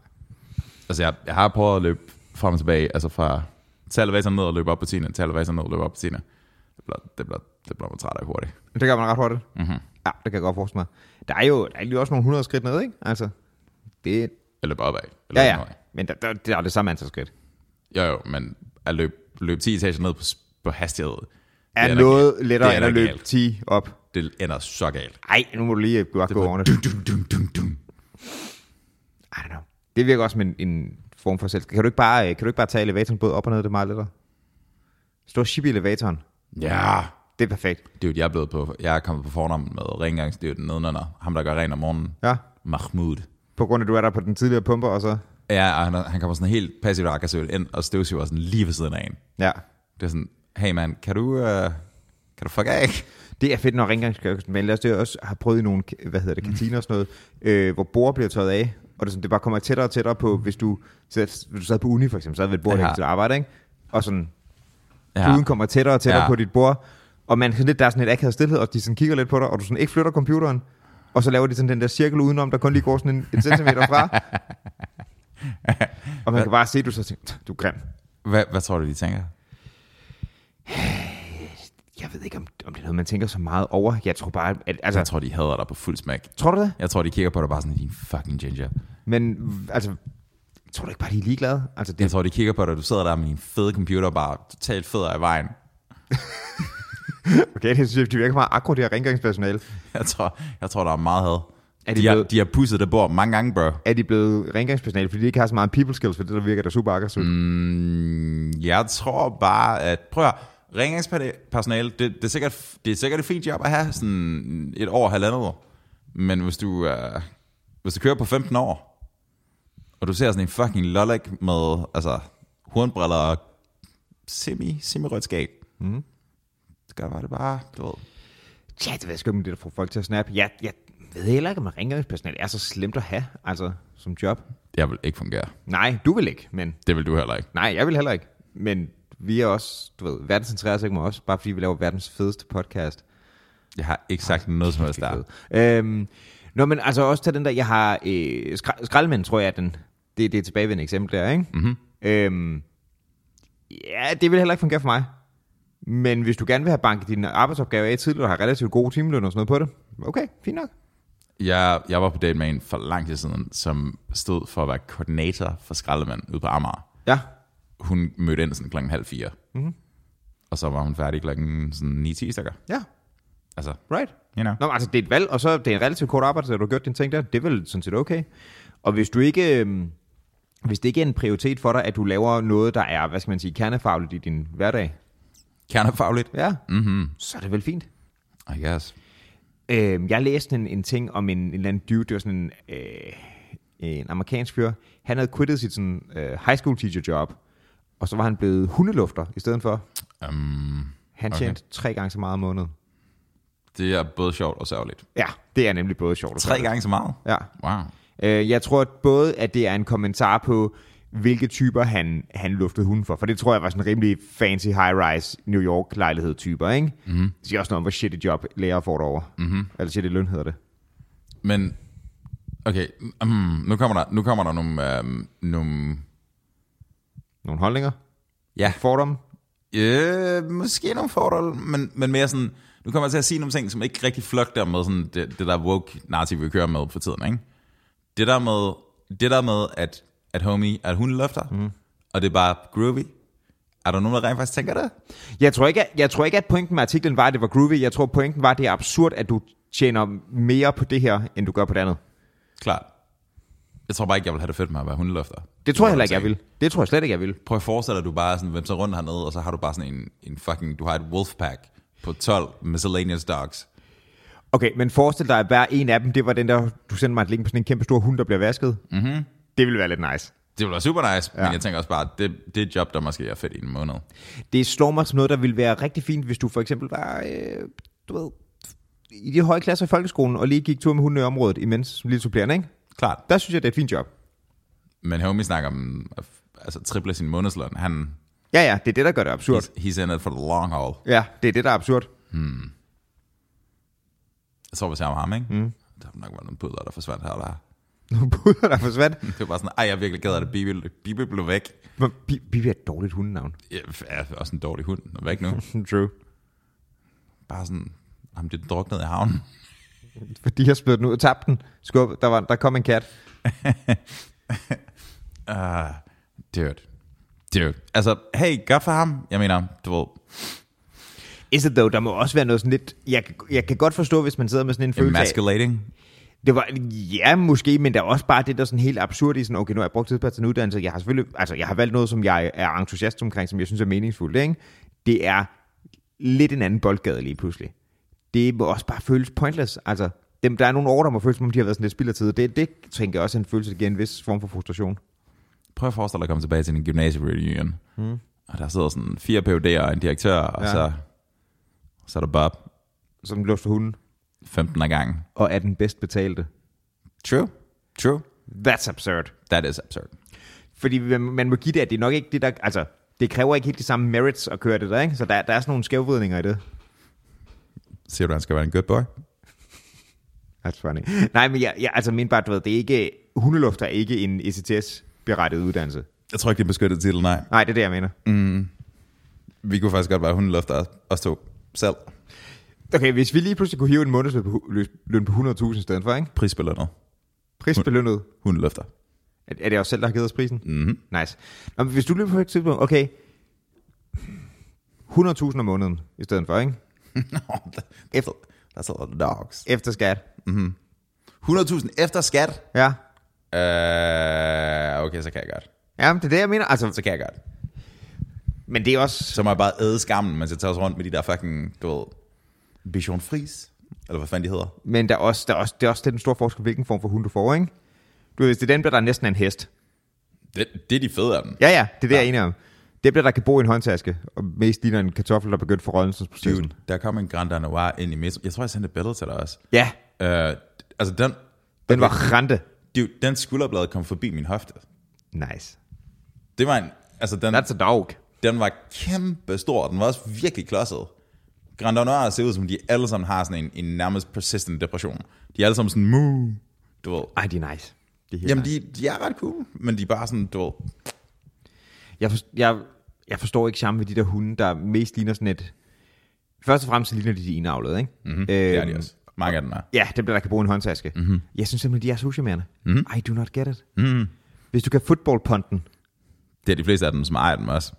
Altså, jeg, jeg har prøvet at løbe frem og tilbage, altså fra tage elevatoren ned og løbe op på tiende, tage elevatoren ned og løbe op på tiende. Det bliver, det bliver, det bliver man træt af hurtigt.
Det gør man ret hurtigt.
Mm-hmm.
Ja, det kan jeg godt forestille mig. Der er jo der er jo også nogle 100 skridt ned, ikke? Altså, det,
Jeg løber opad. Jeg løber
ja, ja.
opad.
Men der, der, der er det samme antal skridt.
Jo, jo, men at løbe, løbe 10 etager ned på, s- på hastighed,
Er,
Det er da
noget
galt.
lettere
Det er
end
da
at løbe
galt.
10 op.
det ender så galt.
Ej, nu må du lige øh, godt gå over det.
Dun, dun, dun, dun, dun.
I don't know. Det virker også som en, en form for selv. Kan du ikke bare, øh, kan du ikke bare tage elevatoren både op og ned? Det er meget lettere. Stå og shippe i elevatoren.
Ja,
Det er perfekt.
det er jo, jeg er blevet på. Jeg er kommet på fornavn med rengøringsdyret nedenunder. Ham, der gør ren om morgenen.
Ja.
Mahmoud.
På grund af, at du er der på den tidligere pumper, og så...
Ja, og han, han kommer sådan helt passivt og aggressivt ind og støvsuger sådan lige ved siden af en.
Ja.
Det er sådan, hey man, kan du, uh, kan du fuck af?
Det er fedt, når rengøringskøkken men ellers det jeg også har prøvet i nogle, hvad hedder det, kantiner og sådan noget, øh, hvor bord bliver tørret af, og det, er sådan, det bare kommer tættere og tættere på, hvis du, sad, hvis du sad på uni for eksempel, så havde vi et bord,
Ja.
der gik til arbejde, ikke? Og sådan, ja. Kluden kommer tættere og tættere ja.
Ja.
på dit bord, og man, sådan lidt, der er sådan et akavet stillhed, og de sådan kigger lidt på dig, og du sådan ikke flytter [laughs] computeren, og så laver de sådan den der cirkel udenom, der kun lige går sådan en, en centimeter fra. Og man kan bare se, at du så tænker, du er grim.
Hvad, hvad tror du, de tænker?
Jeg ved ikke, om, om det er noget, man tænker så meget over. Jeg tror bare, at... Altså,
Jeg tror, de hader dig på fuld smæk.
tror du det?
Jeg tror, de kigger på dig bare sådan, din fucking ginger.
Men altså, tror du ikke bare, de er ligeglade? Altså, det,
Jeg tror, de kigger på dig, du sidder der med din fede computer, bare totalt fed af vejen. [laughs]
okay, det synes jeg, de virker meget akkurat, det her rengøringspersonale.
Jeg tror, jeg tror der er meget had.
Er
Er
de
de, de, har,
blevet-
de har pusset det bord mange gange, bro.
Er de blevet rengøringspersonale, fordi de ikke har så meget people skills, for det der virker der super aggressivt? Mm.
Jeg tror bare, at... Prøv at rengøringspersonale, det, det, er sikkert, det er sikkert et fint job at have sådan et år, halvandet år. Men hvis du, øh, hvis du kører på 15 år, og du ser sådan en fucking lollik med altså, hornbriller og semi, semi-rødt skæg, mm. så gør var det bare, du ved.
Ja, det ved jeg sgu ikke, om det der får folk til at snappe. Jeg, jeg ved heller ikke, om rengøringspersonale er så slemt at have, altså, som job.
Jeg vil ikke fungere.
Nej, du vil ikke, men...
Det vil du heller ikke.
Nej, jeg vil heller ikke. Men vi er også, du ved, verden centrerer sig ikke med os, bare fordi vi laver verdens fedeste podcast.
Jeg har ikke sagt noget som helst der.
Øhm, nå, men altså også til den der, jeg har øh, skra- skraldemænd, tror jeg, er den, det, det er et tilbagevendende eksempel der, ikke? Mm-hmm. Øhm, ja, det vil heller ikke fungere for mig. Men hvis du gerne vil have banket dine arbejdsopgaver af tidligere og har relativt gode timeløn og sådan noget på det, okay, fint nok.
Jeg, jeg var på date med en for lang tid siden, som stod for at være koordinator for skraldemænd ude på Amager.
Ja,
Hun mødte ind sådan klokken halv fire. Mm-hmm. Og så var hun færdig klokken sådan 9-10 stykker.
ja,
Altså,
right.
you know.
Nå, men altså det er et valg, og så er det er en relativt kort arbejde, så du har gjort dine ting der, det er vel sådan set okay. Og hvis du ikke... øhm, Hvis det ikke er en prioritet for dig, at du laver noget, der er, hvad skal man sige, kernefagligt i din hverdag,
Kernefagligt.
ja, mm-hmm. så er det vel fint.
I guess.
Øh, jeg læste en, en ting om en, en eller anden dude, det var sådan en, øh, en amerikansk fyr. Han havde quittet sit sådan, øh, high school teacher job, og så var han blevet hundelufter i stedet for.
Um,
Han
Okay.
tjente tre gange så meget om måneden.
det er både sjovt og sørgeligt.
Ja, det er nemlig både sjovt og
Tre
sørgeligt.
gange så meget?
Ja.
Wow.
Øh, jeg tror at både, at det er en kommentar på, hvilke typer han, han luftede hunden for. For det tror jeg var sådan en rimelig fancy high-rise New York-lejlighed-typer, ikke? Mm-hmm. Det siger også noget om, hvor shitty job lærer får derovre. Mm-hmm. Eller shitty løn hedder det.
Men, okay, um, nu kommer der, nu kommer der nogle, um, nogle
Nogle holdninger?
Ja.
Fordomme?
Øh, måske nogle fordele, men, men mere sådan, nu kommer jeg til at sige nogle ting, som ikke rigtig flugter med sådan det, det der woke narrativ, vi kører med for tiden, ikke? Det der med, det der med at, at homie er hun løfter, mm. og det er bare groovy. Er der nogen, der rent faktisk tænker det?
Jeg tror, ikke, at, jeg tror ikke, at pointen med artiklen var, at det var groovy. Jeg tror, pointen var, at det er absurd, at du tjener mere på det her, end du gør på det andet.
Klart. Jeg tror bare ikke, jeg vil have det fedt med at være hundeløfter.
Det tror jeg heller ikke, jeg vil. Det tror jeg slet ikke, jeg vil.
Prøv at forestille dig, at du bare er sådan, hvem så rundt hernede, og så har du bare sådan en, en fucking, du har et wolfpack på 12 miscellaneous dogs.
Okay, men forestil dig, at hver en af dem, det var den der, du sendte mig et link på sådan en kæmpe stor hund, der bliver vasket. Mm-hmm. Det ville være lidt nice.
Det ville være super nice, ja. men jeg tænker også bare, det, det er et job, der måske er fedt i en måned.
Det slår mig som noget, der ville være rigtig fint, hvis du for eksempel var, øh, du ved, i de høje klasser i folkeskolen, og lige gik tur med hunden i området, imens som lille supplerende, ikke?
Klart.
Der synes jeg, det er et fint job.
Men homie snakker om at f- altså, triple sin månedsløn. Han,
Ja, ja, det er det, der gør det absurd.
he's, he's in it for the long haul.
Ja, det er det, der er absurd.
Jeg tror, hvis jeg var ham, ikke? Mm. Der har nok været nogle pudler, der forsvandt her og der.
Nu puder der forsvandt.
Det var bare sådan, ej, jeg er virkelig ked af det. Bibi, Bibi blev væk.
Men Bi- Bibi er et dårligt hundenavn. [laughs]
Jeg er også en dårlig hund. Den er væk nu.
True.
Bare sådan, ham det druknede i havnen.
Fordi jeg spødte den ud og tabte den. Skub, der, var, der kom en kat.
Uh, dude. Dude. Altså, hey, godt for ham. Jeg mener, du ved,
Is it though, der må også være noget sådan lidt... Jeg, kan- jeg kan godt forstå, hvis man sidder med sådan en følelse af...
emasculating.
Det var, ja, måske, men der er også bare det der sådan helt absurd i sådan, okay, nu har jeg brugt tid på at tage en uddannelse. Jeg har selvfølgelig, altså jeg har valgt noget, som jeg er entusiast omkring, som jeg synes er meningsfuldt, ikke? Det er lidt en anden boldgade lige pludselig. Det må også bare føles pointless. Altså, dem, der er nogle år, der må føles, som om de har været sådan lidt spild af tid. Det, det tænker jeg også er en følelse, der giver en vis form for frustration.
Prøv at forestille dig at komme tilbage til din gymnasiereunion. Mm. Og der sidder sådan fire PUD'er og en direktør, og
Ja.
ja. så, så er der Bob
Som lufter hunden,
15 af gangen.
og er den bedst betalte.
True. True.
That's absurd.
That is absurd.
Fordi man, man må give det, at det er nok ikke det, der... Altså, det kræver ikke helt de samme merits at køre det der, ikke? Så der, der er sådan nogle skævvridninger i det.
Siger du, han skal være en good boy?
[laughs] That's funny. Nej, men jeg, jeg altså, men bare, du ved, det er ikke... Hundelufter er ikke en ECTS-job. berettiget uddannelse.
Jeg tror ikke, det er en beskyttet titel, nej.
Nej, det er det, jeg mener.
Vi kunne faktisk godt være hundelofter os to selv.
Okay, hvis vi lige pludselig kunne hive en månedsløn på, hu- løs- løn på 100.000 i stedet for, ikke?
Prisbelønnet.
Prisbelønnet.
[laughs] Hundelofter.
Er, er det også selv, der har givet os prisen?
Mm-hmm.
Nice. Nå, men hvis du løber på et tidspunkt, okay, 100.000 om måneden i stedet for, ikke?
Efter, that's a lot of dogs.
Efter skat.
100.000 efter skat.
Ja.
Uh, okay, så kan jeg godt.
Ja, men det er det, jeg mener. Altså,
Så kan jeg godt.
men det er også...
Så må jeg bare æde skammen, mens jeg tager os rundt med de der fucking, du ved, Bichon Fris. Eller hvad fanden de hedder.
Men der er også, der er også, det er også lidt en stor forskel, hvilken form for hund du får, ikke? Du ved, hvis det er den, der er næsten er en hest.
Det, det er de fede af dem.
Ja, ja, det er det, jeg er enig om. Det bliver der kan bo i en håndtaske, og mest ligner en kartoffel, der er begyndt for rødelsesprocessen.
Dude, der kom en Grand Danois ind i Metro. Jeg tror, jeg sendte et billede til dig også.
Ja,
Uh, altså, den,
den var rente.
dude, den skulderblad kom forbi min hofte.
Nice.
Det var en, altså, den,
That's a dog.
den var kæmpe stor. Den var også virkelig klodset. Grand Danois ser ud som, de alle sammen har sådan en, en nærmest persistent depression. De er alle sammen sådan, moo, du ved.
Ej, de er nice. De er helt
Jamen, de, de er ret cool, men de er bare sådan, du ved,
Jeg, for, jeg, jeg forstår ikke sammen med de der hunde, der mest ligner sådan et... Først og fremmest så ligner de de enavlede, ikke? Mm-hmm. Øhm,
det er de også. Mange af dem er.
Ja, det bliver der kan bruge en håndtaske. Mm-hmm. Jeg synes simpelthen, de er så uschammerende. Mm-hmm. I do not get it. Mm-hmm. Hvis du kan footballponten.
Det er de fleste af dem, som ejer dem også.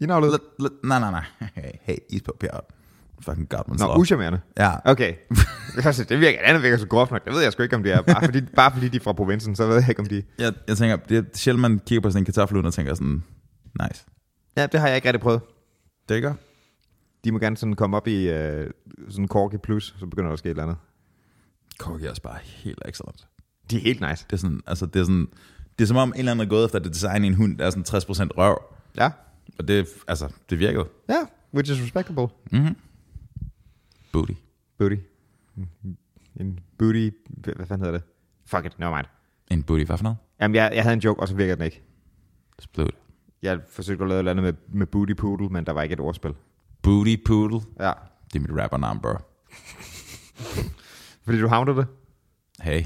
Enavlede?
Lidt, lidt, nej, nej, [laughs] nej. Hey, hey is på pjert. Fucking godt, man
Nå,
slår.
uschammerende.
Ja.
[laughs] Okay. altså, det virker, andet virker så groft nok. Det ved jeg sgu ikke, om det er. Bare fordi, bare fordi de er fra provinsen, så ved jeg ikke, om de...
Jeg, jeg tænker, det er sjældent, man kigger på sådan en kartoffelhund og tænker sådan, nice.
Ja, det har jeg ikke rigtig prøvet.
Det ikke?
De må gerne sådan komme op i øh, sådan kork i plus, så begynder der at ske et eller andet.
Korgi er også bare helt excellent.
De er helt nice.
Det er sådan, altså det er sådan, det er som om en eller anden er gået efter det design i en hund, der er sådan 60% røv.
Ja.
Og det, altså, det virkede. Mm-hmm.
Ja, which is respectable.
Booty.
Booty. Mm-hmm. En booty... Hvad hvad fanden hedder det? Fuck it, never mind.
En booty, hvad for noget?
Jamen, jeg, jeg havde en joke, og så virker den ikke.
Splut.
Jeg forsøgte at lave et eller andet med, med booty poodle, men der var ikke et ordspil.
Booty poodle.
Ja.
Det er mit rapper number.
Fordi du havnede det?
Hey.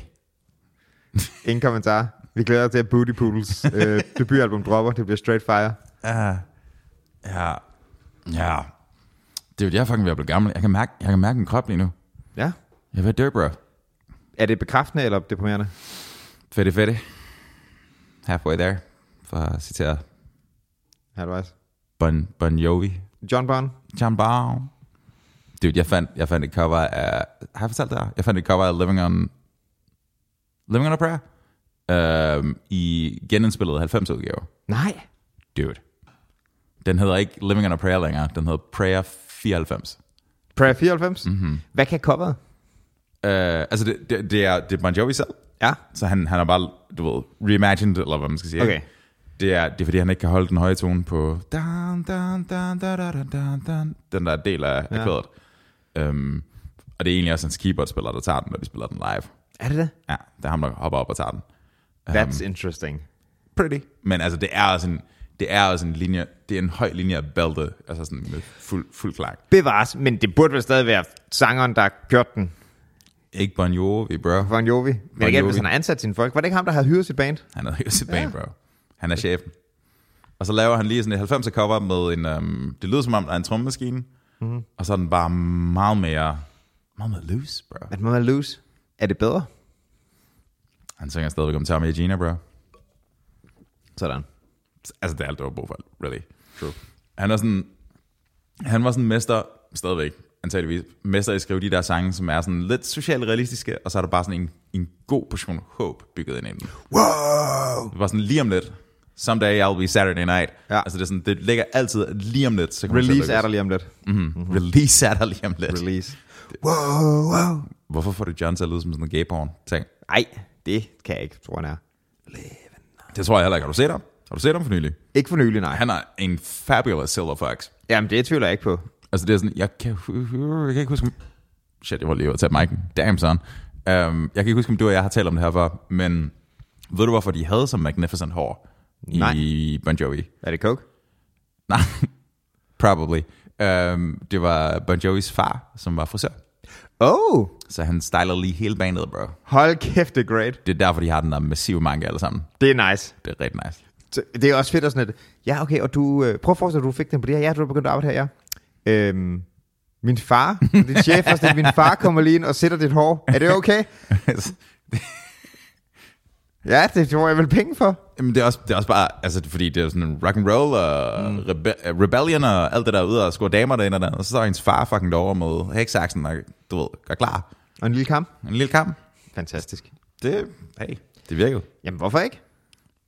Ingen kommentar. Vi glæder os til, at Booty Poodles [laughs] øh, debutalbum dropper. Det bliver straight fire.
Ja. Ja. Ja. Det er jo jeg er fucking ved at blive gammel. Jeg kan mærke, jeg kan mærke min krop lige nu.
Ja.
Jeg er ved at dø, bro.
Er det bekræftende eller deprimerende?
Fedt, fedt. Halfway there. For at citere
Advice.
Bon, bon Jovi.
John Bond?
John Brown. Dude, jeg fandt, jeg fandt et cover af... Har jeg fortalt det her? Jeg fandt et cover af Living on... Living on a Prayer? Øhm, I genindspillet 90 udgave.
Nej.
Dude. Den hedder ikke Living on a Prayer længere. Den hedder Prayer 94.
Prayer 94? Mm-hmm. Hvad kan coveret?
Øh, altså, det, det, det, er, det er Bon Jovi selv.
Ja.
Så han, han er bare, du ved, reimagined, eller hvad man skal sige.
Okay.
ikke? Det er, det er fordi, han ikke kan holde den høje tone på dan, dan, dan, da, da, da, dan, dan, den der del af, ja. af kvædet. Um, og det er egentlig også hans keyboardspiller, der tager den, når de spiller den live.
Er det det?
Ja, det er ham, der hopper op og tager den.
That's interesting.
Pretty. Men altså, det er også en, det er også en linje, det er en høj linje af bælte, altså sådan med fuld, fuld klang.
Bevares, men det burde vel stadig være sangeren, der gjorde den.
Ikke Bon Jovi, bro.
Von Jovi. Men
Bon
igen, hvis
Jovi.
han har ansat sine folk. Var det ikke ham, der havde hyret sit band?
Han er jo sit band, bro. Han er chefen. Og så laver han lige sådan et 90'er cover med en... Um, det lyder som om, der er en trommemaskine.
Mhm.
Mm. Og så er den bare meget mere... Meget mere loose, bro.
At man lose. Er det bedre?
Han synger stadigvæk om Tommy og Gina, bro.
Sådan.
Altså, det er alt, der var brug for. Really. True. Han er sådan... Han var sådan mester... Stadigvæk, antageligvis. Mester i at skrive de der sange, som er sådan lidt socialt realistiske. Og så er der bare sådan en, en god portion håb bygget ind i dem.
Wow!
Det var sådan lige om lidt. Someday I'll be Saturday night.
Ja.
Altså det, er sådan, det ligger altid at lige om lidt. Så kommer det til at
Release
lykkes.
er der lige om lidt.
Mm-hmm. Release er der lige om lidt.
Release. Wow, wow.
Hvorfor får du John til at lyde som sådan en gay porn ting?
[laughs] Ej, det kan jeg ikke, tror jeg, han er.
Det tror jeg heller ikke. Har du set ham? Har du set ham for nylig?
Ikke for nylig, nej.
Han er en fabulous silver fox.
Jamen, det tvivler jeg ikke på.
Altså det er sådan, jeg kan, jeg kan ikke huske, om- shit, jeg var lige ved at tage mic'en. Damn, son. Um, jeg kan ikke huske, om du og jeg har talt om det her før, men ved du, hvorfor de havde så magnificent hår i
Nej.
Bon Jovi?
Er det coke?
Nej, [laughs] Øhm, probably. Um, det var Bon Jovis far, som var frisør.
Oh!
Så han styler lige hele bandet, bro.
Hold kæft, det er great.
Det er derfor, de har den der massive manga alle sammen.
Det er nice.
Det er rigtig nice.
Så Det er også fedt og sådan lidt. Ja, okay, og du... øh, Prøv at forestille dig, du fik den på det her. Ja, du er begyndt at arbejde her, ja. Øhm, min [laughs] far, din chef, og sådan, min far kommer lige ind og sætter dit hår. Er det okay? Ja, det får jeg vel penge for.
Jamen, det er, også, det er også bare, altså, det er fordi det er sådan rock and roll og mm. rebe- rebellion og alt det der ude og score damer derinde og der. Og så er hendes far fucking derovre mod heksaksen og, du ved, gør klar.
Og en lille kamp.
En lille kamp.
Fantastisk.
Det, hey, det virkede.
Jamen, hvorfor ikke?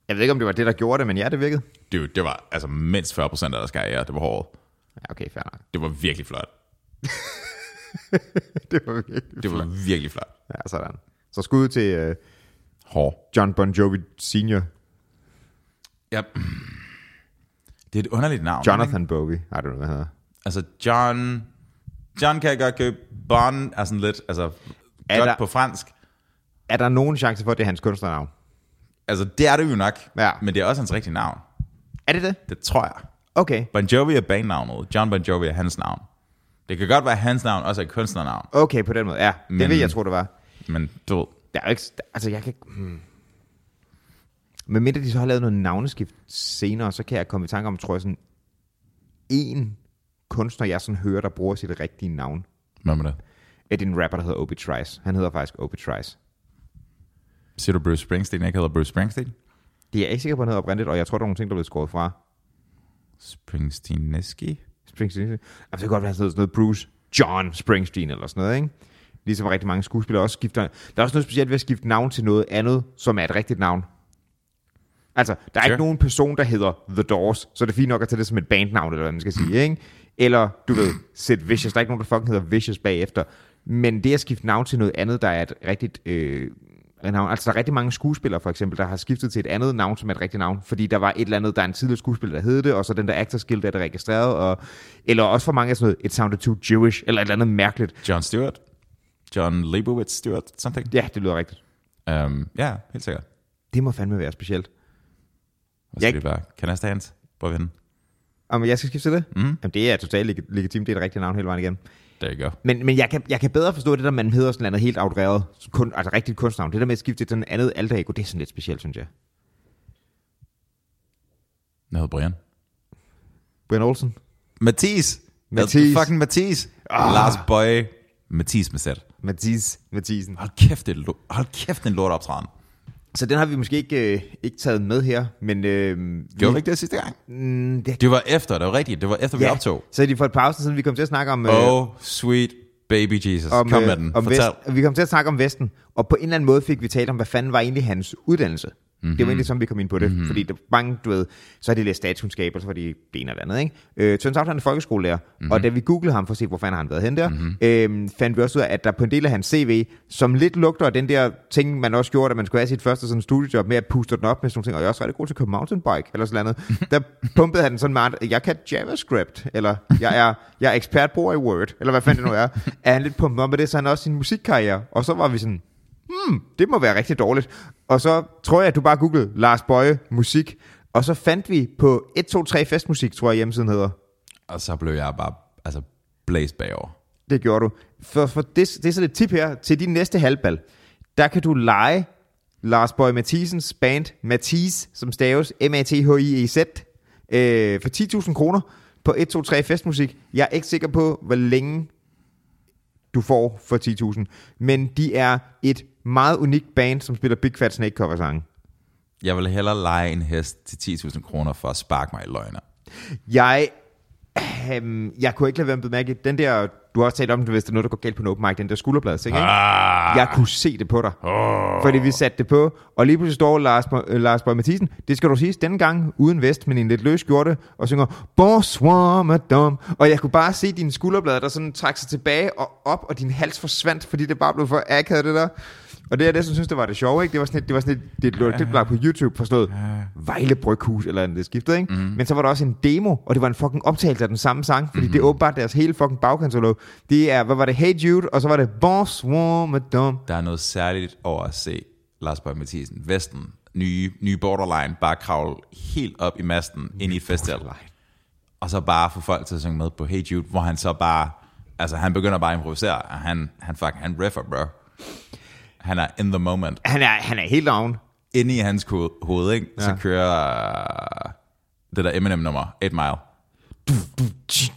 Jeg ved ikke, om det var det, der gjorde det, men ja, det virkede.
Dude, det var altså mindst 40 procent af deres karriere, det var hårdt.
Ja, okay, fair nok. [laughs]
Det var virkelig flot.
det var virkelig.
Det var virkelig flot.
Ja, sådan. Så skud til øh,
Hård.
John Bon Jovi Senior.
Ja. Det er et underligt navn. ikke?
Jonathan Bowie. Ej, det er hvad han hedder.
Altså, John... John kan jeg godt købe. Bon er sådan lidt, altså, er
Er
godt
der-
der... på fransk.
Er der nogen chance for, at det er hans kunstnernavn?
Altså, det er det jo nok.
Ja.
Men det er også hans rigtige navn.
Er det det?
Det tror jeg.
Okay.
Bon Jovi er bandnavnet. John Bon Jovi er hans navn. Det kan godt være, at hans navn også er et kunstnernavn.
Okay, på den måde. Ja, det
Men-
ved jeg, tror det var.
Men du ved,
Der er jo ikke... Altså, jeg kan ikke... Hmm. Men mindre de så har lavet noget navneskift senere, så kan jeg komme i tanke om, tror jeg, sådan en kunstner, jeg sådan hører, der bruger sit rigtige navn.
hvad med det?
Er det en rapper, der hedder Obi Trice. Han hedder faktisk Obi Trice.
Siger du Bruce Springsteen ikke hedder Bruce Springsteen?
Det er jeg ikke sikker på, han hedder oprindeligt, og jeg tror, der er nogle ting, der er blevet skåret fra.
Springsteeneski?
Springsteen. Altså, det kan godt være, han hedder sådan noget Bruce John Springsteen eller sådan noget, ikke? Ligesom rigtig mange skuespillere også skifter. Der er også noget specielt ved at skifte navn til noget andet, som er et rigtigt navn. Altså, der er
Sure.
ikke nogen person, der hedder The Doors, så er det fint nok at tage det som et bandnavn, eller hvad man skal sige, ikke? Eller, du ved, Sid Vicious. Der er ikke nogen, der fucking hedder Vicious bagefter. Men det at skifte navn til noget andet, der er et rigtigt øh, navn. Altså, der er rigtig mange skuespillere, for eksempel, der har skiftet til et andet navn, som er et rigtigt navn. Fordi der var et eller andet, der er en tidligere skuespiller, der hed det, og så den der actors guild, der er det registreret. Og, eller også for mange af sådan noget, it sounded too Jewish, eller et eller andet mærkeligt.
John Stewart? John Leibowitz Stewart? Something?
Ja, det lyder rigtigt.
Ja, um, yeah, helt sikkert.
Det må fandme være specielt.
Hvad skal
Jeg-
det være? Can I stand? Prøv at vinde.
Om jeg skal skifte til det? Mm. Jamen, det er totalt leg- legitimt. Det er et rigtigt navn hele vejen igennem.
There you go.
Men, men jeg, kan, jeg kan bedre forstå det der, man hedder sådan noget andet helt outreret, kun, altså rigtigt kunstnavn. Det der med at skifte til sådan et andet alter ego, det er sådan lidt specielt, synes jeg.
Jeg hedder Brian.
Brian Olsen.
Mathis!
Mathis.
Fucking Mathis! Oh. Lars Bøje. Mathis med sæt.
Mathis. Mathisen.
Hold kæft, det er lo- hold kæft en lort optræden.
Så den har vi måske ikke, øh, ikke taget med her, men... Øh,
Gjorde du ikke det sidste gang?
Mm, det,
Det var efter, det var rigtigt. Det var efter, vi optog.
Så er de for et par afsnit siden, vi kom til at snakke om...
Oh, sweet baby Jesus. Om, Kom
øh,
med den.
Om
Fortæl.
Vest, vi kom til at snakke om Vesten, og på en eller anden måde fik vi talt om, hvad fanden var egentlig hans uddannelse. Mm-hmm.
Mhm.
Det var egentlig sådan, vi kom ind på det, mm-hmm. fordi der var mange, du ved, så har de læst statskundskab, og så var de det ene eller andet, ikke? Øh, Tøns Aften er folkeskolelærer, mm-hmm.
Mhm.
og da vi googlede ham for at se, hvor fanden har han været henne der, mm-hmm. øh, fandt vi også ud af, at der på en del af hans CV, som lidt lugter af den der ting, man også gjorde, da man skulle have sit første sådan studiejob med at puste den op med sådan nogle ting, og jeg er også rigtig god til at køre mountainbike, eller sådan noget. der pumpede han den sådan meget, jeg kan JavaScript, eller jeg er, jeg er ekspert bruger i Word, eller hvad fanden det nu er. er han lidt pumpet op med det, så har han også sin musikkarriere, og så var vi sådan, hmm, det må være rigtig dårligt. Og så tror jeg, at du bare googlede Lars Bøje musik, og så fandt vi på 123 Festmusik, tror jeg hjemmesiden hedder.
Og så blev jeg bare altså, blæst bagover.
Det gjorde du. For, for det, det er sådan et tip her til din næste halvbal. Der kan du lege Lars Bøge Mathisens band Mathis, som staves M-A-T-H-I-E-Z, E øh, for 10.000 kroner på 123 Festmusik. Jeg er ikke sikker på, hvor længe du får for 10.000, men de er et meget unikt band, som spiller Big Fat Snake cover sange.
Jeg ville hellere lege en hest til 10.000 kroner for at sparke mig i løgner.
Jeg, øhm, jeg kunne ikke lade være med at mærke, den der, du har også talt om det, hvis der er noget, der går galt på en open mic, den der skulderblad, ikke?
Ah,
Jeg kunne se det på dig. Oh. Fordi vi satte det på, og lige pludselig står Lars, Bo- øh, Lars Borg Mathisen, det skal du sige, denne gang uden vest, men i en lidt løs skjorte, og synger, Bonsoir, madame. Og jeg kunne bare se dine skulderblade, der sådan trak sig tilbage og op, og din hals forsvandt, fordi det bare blev for akavet, det der. Og det er det, som synes, det var det sjove, ikke? Det var sådan et, det var sådan et, det lå et klip der på YouTube, forstået Vejle Bryghus, eller en det skiftede, ikke? Mm. Men så var der også en demo, og det var en fucking optagelse af den samme sang, fordi mm. det er åbenbart deres hele fucking bagkantsolo. Det er, hvad var det, Hey Jude, og så var det Bonsoir, madame.
Der er noget særligt over at se Lars Borg Mathisen, Vesten, nye, nye borderline, bare kravle helt op i masten ind i et festival. Og så bare få folk til at synge med på Hey Jude, hvor han så bare Altså, han begynder bare at improvisere, og han, han, fuck, han reffer, bro. Han er in the moment.
Han er, han er helt down.
Inde i hans ho- hoved, ikke? Ja. så
Ja.
kører øh, det der Eminem-nummer, 8 Mile.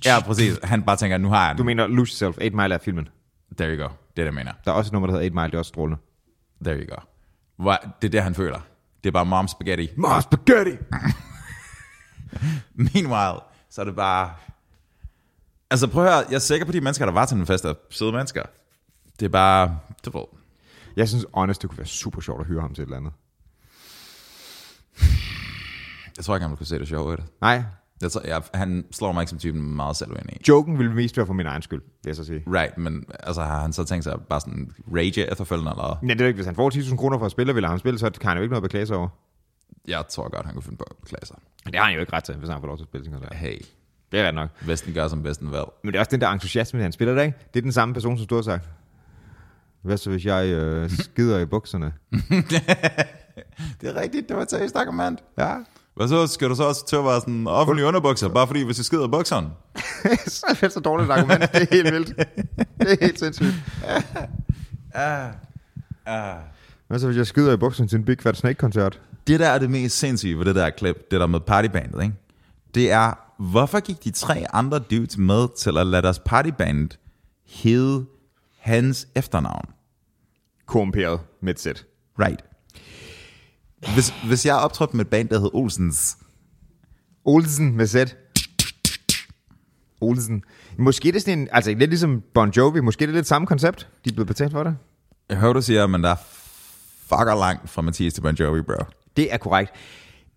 Ja, præcis. Han bare tænker, nu har jeg
Du
den.
mener Lose Yourself, 8 Mile er filmen.
There you go. Det er det, jeg mener.
Der er også et nummer, der hedder 8 Mile, det er også strålende.
There you go. Hvor, det er det, han føler. Det er bare mom spaghetti.
Mars spaghetti!
[laughs] Meanwhile, så er det bare... Altså prøv at høre, jeg er sikker på de mennesker, der var til den fest, er søde mennesker. Det er bare... Det var,
Jeg synes, honest, det kunne være super sjovt at høre ham til et eller andet.
jeg tror ikke, han ville kunne se det sjovt.
Nej,
Jeg tror, jeg, han slår mig ikke som typen meget selvvenlig.
joken ville mest være for min egen skyld, vil jeg så sige.
Right, men altså, har han så tænkt sig bare sådan rage efterfølgende, eller hvad?
Men det er jo ikke, hvis han får 10.000 kroner for at spille, og vil ham spille, så kan han jo ikke noget at beklage sig over.
Jeg tror godt, han kunne finde på at beklage sig.
Men det har han jo ikke ret til, hvis han får lov til at spille sin koncert.
Hey,
Det er ret nok.
Vesten gør, som Vesten vil.
Men det er også den der entusiasme, han spiller der, ikke? Det er den samme person, som du har sagt. Hvad så, hvis jeg øh, skider i bukserne?
Det er rigtigt, det var et seriøst argument.
Ja.
Hvad så? Skal du så også til at være sådan offentlig underbukser, bare fordi, hvis jeg skider bukserne?
[laughs] så er det så dårligt et argument. Det er helt vildt. Det er helt sindssygt. Hvad så, hvis jeg skider i bukserne til en Big Fat Snake-koncert?
det der er det mest sindssyge ved det der klip, det der med partybandet, ikke? det er, hvorfor gik de tre andre dudes med til at lade deres partyband hedde hans efternavn?
Korrumperet med et sæt.
Right. Hvis, hvis jeg optrådte med et band, der hed Olsens,
Olsen med sæt. Olsen. Måske er det sådan en, altså lidt ligesom Bon Jovi, måske er det lidt samme koncept. De er blevet betalt for det.
jeg hører, du siger, men der er fucker langt fra Mathias til Bon Jovi, bro.
Det er korrekt.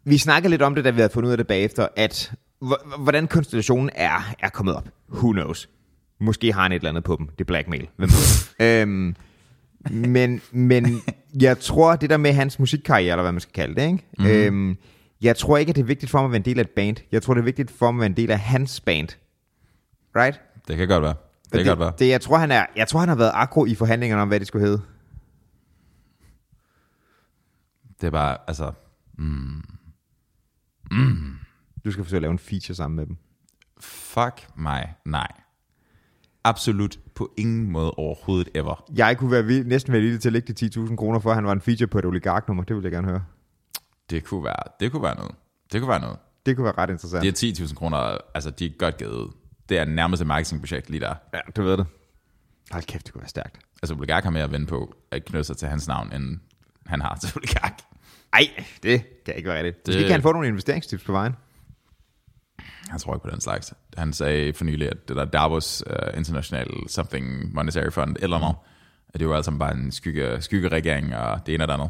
Vi snakker lidt om det, da vi havde fundet ud af det bagefter, at h- hvordan konstellationen er, er kommet op. Who knows? Måske har han et eller andet på dem. Det er blackmail. Hvem ved? øhm, men, men jeg tror, det der med hans musikkarriere, eller hvad man skal kalde det, ikke?
Mhm.
Mm. Øhm, jeg tror ikke, at det er vigtigt for mig at være en del af et band. Jeg tror, det er vigtigt for mig at være en del af hans band. Right?
[laughs] Det kan godt være. Det kan
det,
godt være.
det, jeg, tror, han er, jeg tror, han har været akro i forhandlingerne om, hvad det skulle hedde.
Det er bare, altså,
Du skal forsøge at lave en feature sammen med dem.
fuck mig, nej. Absolut på ingen måde overhovedet ever.
Jeg kunne være vild, næsten være villig til at lægge de 10.000 kroner for, at han var en feature på et oligarknummer. Det ville jeg gerne høre.
Det kunne være, det kunne være noget. Det kunne være noget.
Det kunne være ret interessant.
De er 10.000 kroner, altså de er godt givet ud. Det er nærmest et marketingprojekt lige der.
Ja, du ved det. Hold kæft, det kunne være stærkt.
Altså Bulgak har mere at vende på at knytte sig til hans navn, end han har til Bulgak.
Ej, det kan ikke være rigtigt. Det... Måske kan han få nogle investeringstips på vejen.
Jeg tror ikke på den slags. Han sagde for nylig, at det der Davos uh, International Something Monetary Fund, eller noget, at det var altså bare en skygge, skyggeregering, og det ene og det andet.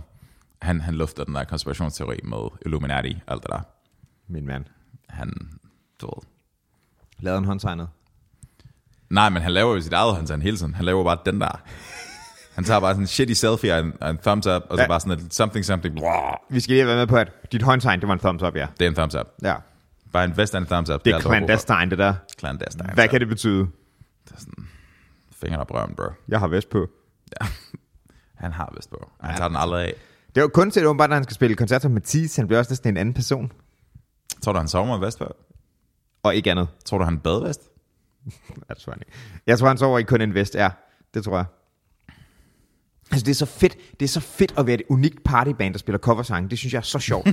Han, han lufter den der konspirationsteori med Illuminati og alt det der.
Min mand.
Han, du ved.
Lavede en håndtegnet.
Nej, men han laver jo sit eget håndtegn hele tiden. Han laver bare den der. Han tager bare sådan en shitty selfie og en, og en thumbs up, og så
Ja.
ja. bare sådan et something something. Blah.
Vi skal lige være med på, at dit håndtegn, det var en thumbs up, ja.
Det er en thumbs up.
ja.
Bare en western thumbs up. altså
Det er
alt, hvad jeg bruger.
clandestine, det der.
Clandestine.
Hvad kan det betyde?
altså. Fingeren op røven, bro.
Jeg har vest på.
Han har vist på. Han tager den aldrig af.
Det var kun til, åbenbart, når han skal spille koncerter med Mathis. Han bliver også næsten en anden person.
Tror du, han sover med vest på?
Og ikke andet.
Tror du, han badvest?
Ja, det tror jeg ikke. Jeg tror, han sover i kun en vest, ja. Det tror jeg. Altså, det er så fedt. Det er så fedt at være et unikt partyband, der spiller coversange. Det synes jeg er så
[laughs]
sjovt.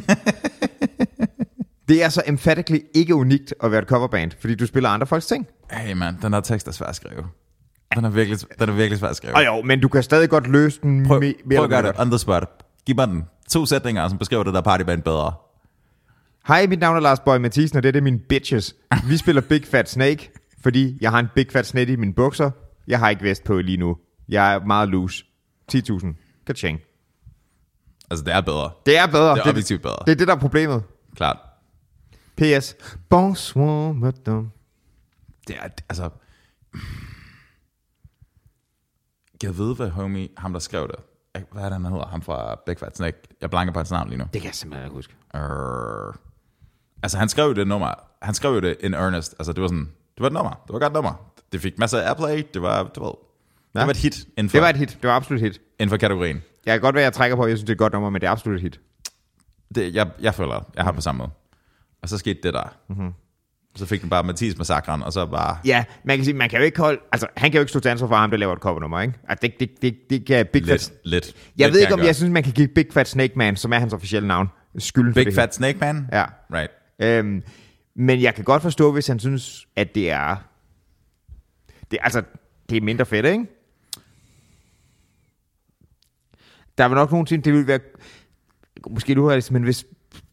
det er så emphatically ikke unikt at være et coverband, fordi du spiller andre folks ting.
Hey, man. Den her tekst er svær at skrive. Den er virkelig, den er virkelig svær at skrive.
Og jo, men du kan stadig godt løse den
Prøv,
me-
prøv at gøre
mindre
det. On the spot. Giv mig den. To sætninger, som beskriver det der partyband bedre.
godt. Hej, mit navn er Lars Bøge Mathisen, og det, det er mine bitches. Vi spiller Big Fat Snake, fordi jeg har en Big Fat Snake i mine bukser. Jeg har ikke vest på lige nu. Jeg er meget loose. 10.000. Kaching.
Altså, det er bedre.
Det er bedre.
Det er objektivt bedre.
Det er det, der er problemet.
Klart.
P.S. Bonsoir, madame.
Det er, altså... Jeg ved, hvad homie, ham der skrev det. Hvad er det, han hedder? Ham fra Big Fat Snake. Jeg blanker på hans navn lige nu.
Det kan jeg simpelthen ikke huske.
Err. Altså, han skrev jo det nummer. Han skrev jo det in earnest. Altså, det var sådan... Det var et nummer. Det var et godt nummer. Det fik masser af airplay. Det var... Det var, ja.
Ja.
det var et hit inden for,
Det var et hit. Det var absolut et hit.
inden for kategorien.
Jeg kan godt være, jeg trækker på, at jeg synes, det er et godt nummer, men det er absolut et hit.
Det, jeg, jeg føler, jeg har på samme måde. Og så skete det der. Mm-hmm. Så fik den bare Mathis massakren, og så bare...
Ja, man kan sige, man kan jo ikke holde... Altså, han kan jo ikke stå til ansvar for ham, der laver et covernummer, ikke? Altså, det, det, det, det kan Big Fat...
Lidt, lidt.
Jeg
lidt kan
ved ikke, om
gøre.
jeg synes, man kan give Big Fat Snake Man, som er hans officielle navn, skylden for
Big
det
Fat Snake Man?
Ja.
Right.
her. Øhm, men jeg kan godt forstå, hvis han synes, at det er... Det, altså, det er mindre fedt, ikke? Der er vel nok nogle ting, det ville være... Måske du har det, men hvis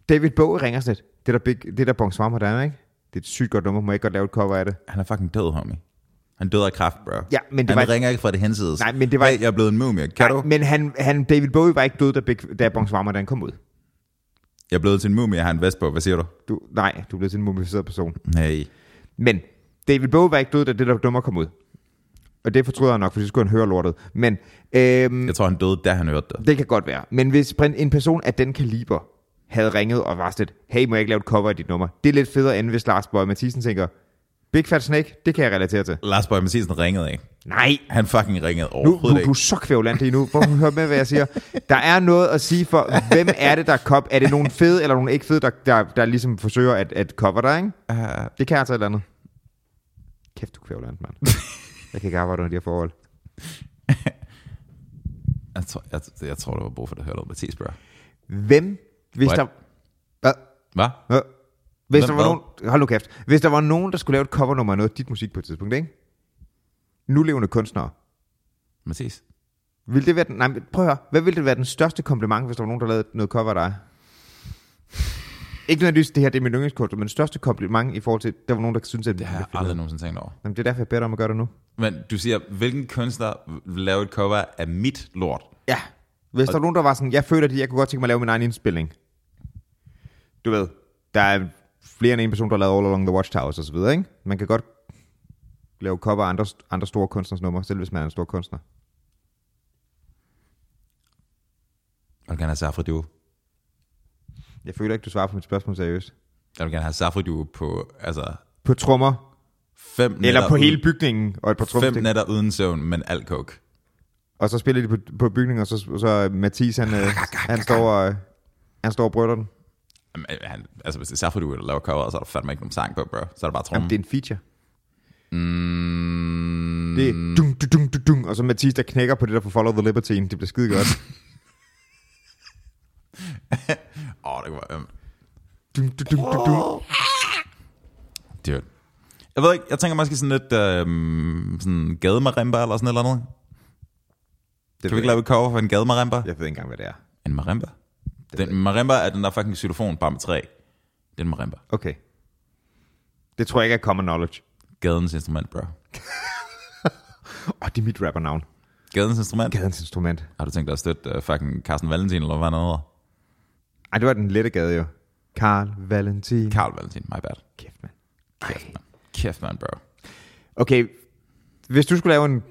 David Bowie ringer sådan lidt, det er der, big, det er der Bon Swammer, der er, ikke? Det er et sygt godt nummer, må jeg ikke godt lave et cover af det?
Han er fucking død, homie. Han døde af kraft, bro.
Ja, men det
han
var-
ringer ikke fra det hensides.
Nej, men det var-
Hey, jeg er blevet en mumie. Kan
Nej,
du?
Men han, han, David Bowie var ikke død, da, Big, da Bon Swammer, den kom ud.
Jeg er blevet til en mumie, jeg har en vest på. Hvad siger du?
Du, nej, du blev til en mumificeret person.
Nej.
Men David Bowie var ikke død, da det der dummer kom ud. Og det fortryder jeg nok, for så skulle han høre lortet. Men øhm,
Jeg tror, han døde, da han hørte det.
det kan godt være. Men hvis prin- en person af den kaliber havde ringet og var sådan lidt, hey, må jeg ikke lave et cover af dit nummer? Det er lidt federe, end hvis Lars Boje Mathisen tænker, Big Fat Snake, det kan jeg relatere til.
Lars Borg Mathisen ringede ikke.
Nej,
Han fucking ringede
nu, nu
overhovedet
du er du så kvævlant lige nu. Prøv at høre med, hvad jeg siger. Der er noget at sige for, hvem er det, der kop? Er det nogen fede eller nogen ikke fede, der, der, der ligesom forsøger at, at cover dig, ikke?
ikke. Uh,
Det kan altså et eller andet. Kæft, du er kvævlant, mand. Jeg kan ikke arbejde under de her forhold.
jeg, tror, jeg, jeg tror, der var brug for, at høre noget Mathis, bro.
Hvem, hvis
What?
der... Hvad?
Hvad?
Hvad? Hvis
Hvem
der var
hvad?
nogen... Hold nu kæft. Hvis der var nogen, der skulle lave et covernummer af noget af dit musik på et tidspunkt, ikke? Nu levende kunstnere.
Mathis?
Vil det være den... Nej, men prøv at høre. Hvad ville det være den største kompliment, hvis der var nogen, der lavede noget cover af dig? Ikke nødvendigvis, det her det er min yndlingskunstner, men den største kompliment i forhold til, der var nogen, der synes, at
Det har jeg aldrig nogensinde tænkt over.
Jamen, det er derfor, jeg beder dig om at gøre det nu.
Men du siger, hvilken kunstner vil lave et cover af mit lort?
Ja. Hvis der er nogen, der var sådan, jeg føler det, jeg kunne godt tænke mig at lave min egen indspilning. Du ved, der er flere end en person, der har lavet All Along the Watchtowers og så videre, ikke? Man kan godt lave cover af andre, andre store kunstners numre, selv hvis man er en stor kunstner.
Jeg vil gerne have Safri Duo.
Jeg føler ikke, du svarer på mit spørgsmål seriøst.
Jeg vil gerne have Safri Duo på, altså,
På trommer,
fem
eller
nætter
på
uden-
hele bygningen, og et par
Fem
trumstik.
nætter uden søvn, men alt coke.
Og så spiller de på, på bygningen, og så, så Mathis,
Ah,
han, øh, han står og, øh, han står og brøtter den.
Jamen, øh, Han, altså, hvis det er Safri Duo, der laver cover, så er der fandme ikke nogen sang på, bro. Så er der bare
Jamen,
trommen.
det er en feature.
Mm,
Det er dung, dung, dung, dung, dung, og så Mathis, der knækker på det der for Follow the Liberty. Det bliver skide
[laughs]
godt.
Åh, det kunne være øhm, ømt.
Dung, dung, dung, dung, dung.
Dude. Jeg ved ikke, jeg tænker måske sådan lidt øhm, sådan gademarimba eller sådan et eller andet.
Det
Kan vi ikke lave et cover for en gademarimba?
Jeg ved ikke engang, hvad det er.
En marimba? Den marimba er den der fucking xylofon, bare med træ. Det er en marimba.
Okay. Det tror jeg ikke er common knowledge.
Gadens instrument, bro.
Åh, oh, det er mit rappernavn.
Gadens instrument?
Gadens instrument.
Har du tænkt dig at støtte uh, fucking Carsten Valentin, eller hvad han hedder?
Ej, det var den lette gade jo. Karl Valentin.
Carl Valentin, my bad.
Kæft, mand.
Kæft, man. Kæft, man, bro.
Okay, hvis du skulle lave en...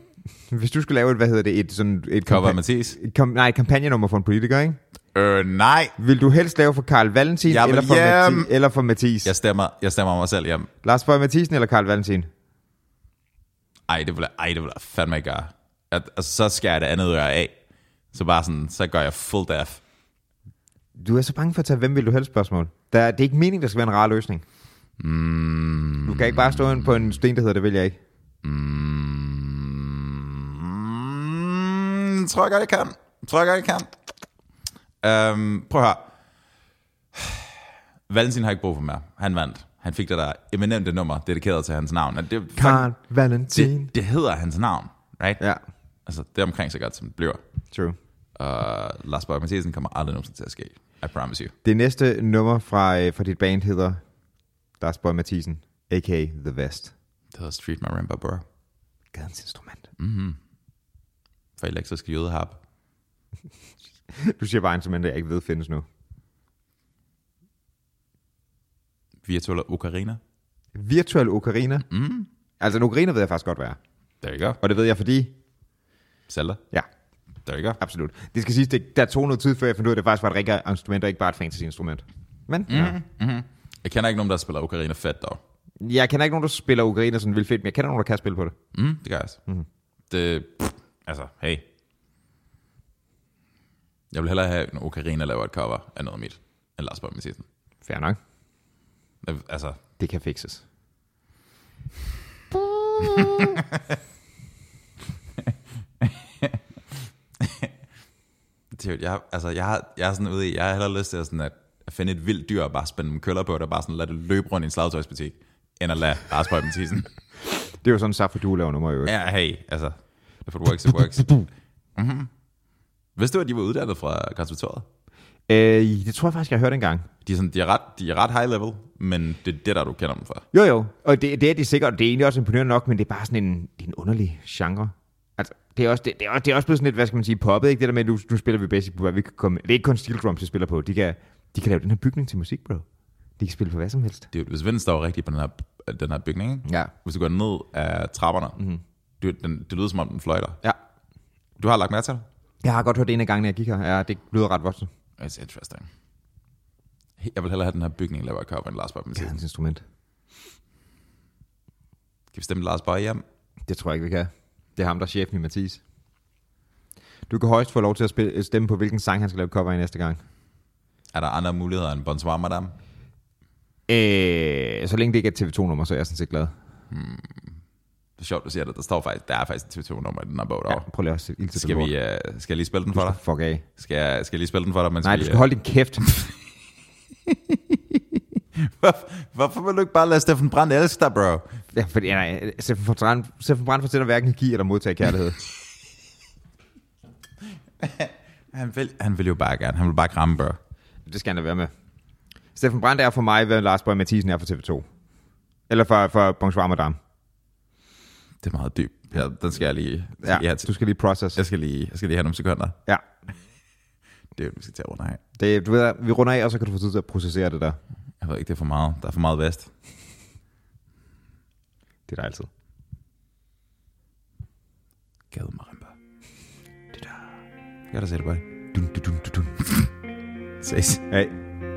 Hvis du skulle lave et, hvad hedder det, et sådan... Et
Cover af
kompa-
Mathis?
et kom, nej, et kampagnenummer for en politiker, ikke?
Øh, nej.
Vil du helst lave for Karl Valentin,
Jeg vil
eller, for
hjem.
Mathi- eller for Mathis?
Jeg
mm. Yes.
stemmer, jeg stemmer mig selv hjem.
Lars Borg Mathisen eller Karl Valentin?
Ej, det vil jeg, ej, det vil jeg fandme ikke gøre. At, altså, så skærer jeg det andet øre af. Så bare sådan, så gør jeg full deaf.
Du er så bange for at tage, hvem vil du helst spørgsmål. Der, det er ikke meningen, der skal være en rar løsning. Mm. Du kan ikke bare stå ind på en sten, der hedder, det vil jeg ikke.
Mm, tror jeg godt, jeg kan. Tror jeg godt, jeg kan. Øhm, prøv at høre. Valentin har ikke brug for mere. Han vandt. Han fik det der eminente nummer, dedikeret til hans navn. Og Det,
Karl Valentin.
det, det hedder hans navn, right?
Ja,
Altså, det er omkring så godt, som det bliver.
true.
Uh, Lars Borg Mathisen kommer aldrig nogensinde til at ske. I promise you.
Det næste nummer fra, øh, fra dit band hedder Lars Borg Mathisen, a.k.a. The Vest.
Det hedder Street Marimba Burr.
Gadens instrument.
For elektriske jødeharp.
[laughs] Du siger bare instrumenter, jeg ikke ved findes nu.
Virtuelle ocarina.
Virtuel ocarina. Mm. Altså en ocarina ved jeg faktisk godt, hvad er.
There you go.
Og det ved jeg, fordi...
Zelda.
Ja,
There you go.
absolut. Det skal siges, det, der tog noget tid, før jeg fandt ud af, at det faktisk var et rigtigt instrument, og ikke bare et fantasy-instrument. Men mm. ja.
Jeg kender ikke nogen, der spiller ocarina fedt, dog.
jeg kender ikke nogen, der spiller ocarina sådan vildt fedt, men jeg kender nogen, der kan spille på det.
Mm, det gør jeg også. Mm. Det, pff, altså, hey. Jeg vil hellere have, når Ocarina laver et cover af noget af mit, end Lars Borg Mathisen.
Fair nok.
Altså,
Det kan fikses.
Dude, jeg, altså, jeg, har, jeg er sådan ude i, jeg har hellere lyst til at, sådan at, at finde et vildt dyr og bare spænde dem køller på det, og bare sådan lade det løbe rundt i en slagtøjsbutik, end at lade bare sprøjte dem til sådan.
Det er jo sådan, Safra du laver nummer i øvrigt.
Ja, hey, altså, if it works, it works. Mhm. Vidste du, at de var uddannet fra konservatoriet?
Øh, det tror jeg faktisk, jeg har hørt engang.
De er, sådan, de, er ret, de er ret high level, men det er det, der du kender dem fra.
Jo, jo. Og det, det er de sikkert, og det er egentlig også imponerende nok, men det er bare sådan en, det er en underlig genre. Altså, det er, også, det, det, er også, det er også blevet sådan lidt, hvad skal man sige, poppet, ikke? Det der med, at nu, nu spiller vi basic, hvad vi kan komme Det er ikke kun steel drums, vi spiller på. De kan, de kan lave den her bygning til musik, bro. De kan spille på hvad som helst.
Det, er jo- hvis vinden står rigtigt på den her, den her bygning, ikke?
Ja.
hvis du går ned af trapperne, mm-hmm. det, den, det lyder som om, den fløjter.
Mhm. Ja.
Du har lagt mærke til det?
Jeg har godt hørt det en af gangene, jeg gik her. Ja, det lyder ret voldsomt.
It's interesting. He- Jeg vil hellere have den her bygning, laver cover end Lars Bøj. Ja.
Det er
Kan
hans instrument.
vi stemme Lars Bøj hjem?
Det tror jeg ikke, vi kan. Det er ham, der er chefen i Mathis. Du kan højst få lov til at spille, øh, stemme på, hvilken sang han skal lave cover i næste gang.
Er der andre muligheder end Bonsoir Madame?
Øh, så længe det ikke er et TV2-nummer, så er jeg sådan set glad.
Det er sjovt, du siger det. Der står faktisk, der er faktisk et TV2-nummer i den her bog
Ja,
derovre.
prøv lige at sætte ild til
Skal,
den lort.
vi, uh, skal jeg lige spille den
Du
for dig?
skal Fuck af.
Skal jeg, skal jeg lige spille den for dig? Mens
Nej,
vi,
du skal
øh,
holde din kæft.
[laughs]
[laughs]
Hvorfor, hvorfor vil du ikke bare lade Steffen Brandt elske dig, bro?
Ja, fordi, ja, nej, Steffen Brandt, Steffen Brandt fortæller hverken at give eller modtage [laughs] kærlighed.
Han vil, han vil jo bare gerne. Han vil bare kramme, bro.
det skal han da være med. Steffen Brandt er for mig, hvad Lars Borg Mathisen er for TV2. Eller for, for Bonsoir Madame.
Det er meget dybt. Ja, den skal jeg lige, skal ja, lige
Ja,
have til.
du skal lige process.
Jeg skal lige, jeg skal lige have nogle sekunder.
Ja,
Det er jo, vi skal tage rundt af.
det, du ved, vi runder af, og så kan du få tid til at processere det der.
Jeg ved ikke, det er for meget. Der er for meget vest.
Det er der altid.
Gade marimba. Det der. Jeg har da set det bare. Dun, dun, dun, dun, dun. [laughs] Ses.
Hey.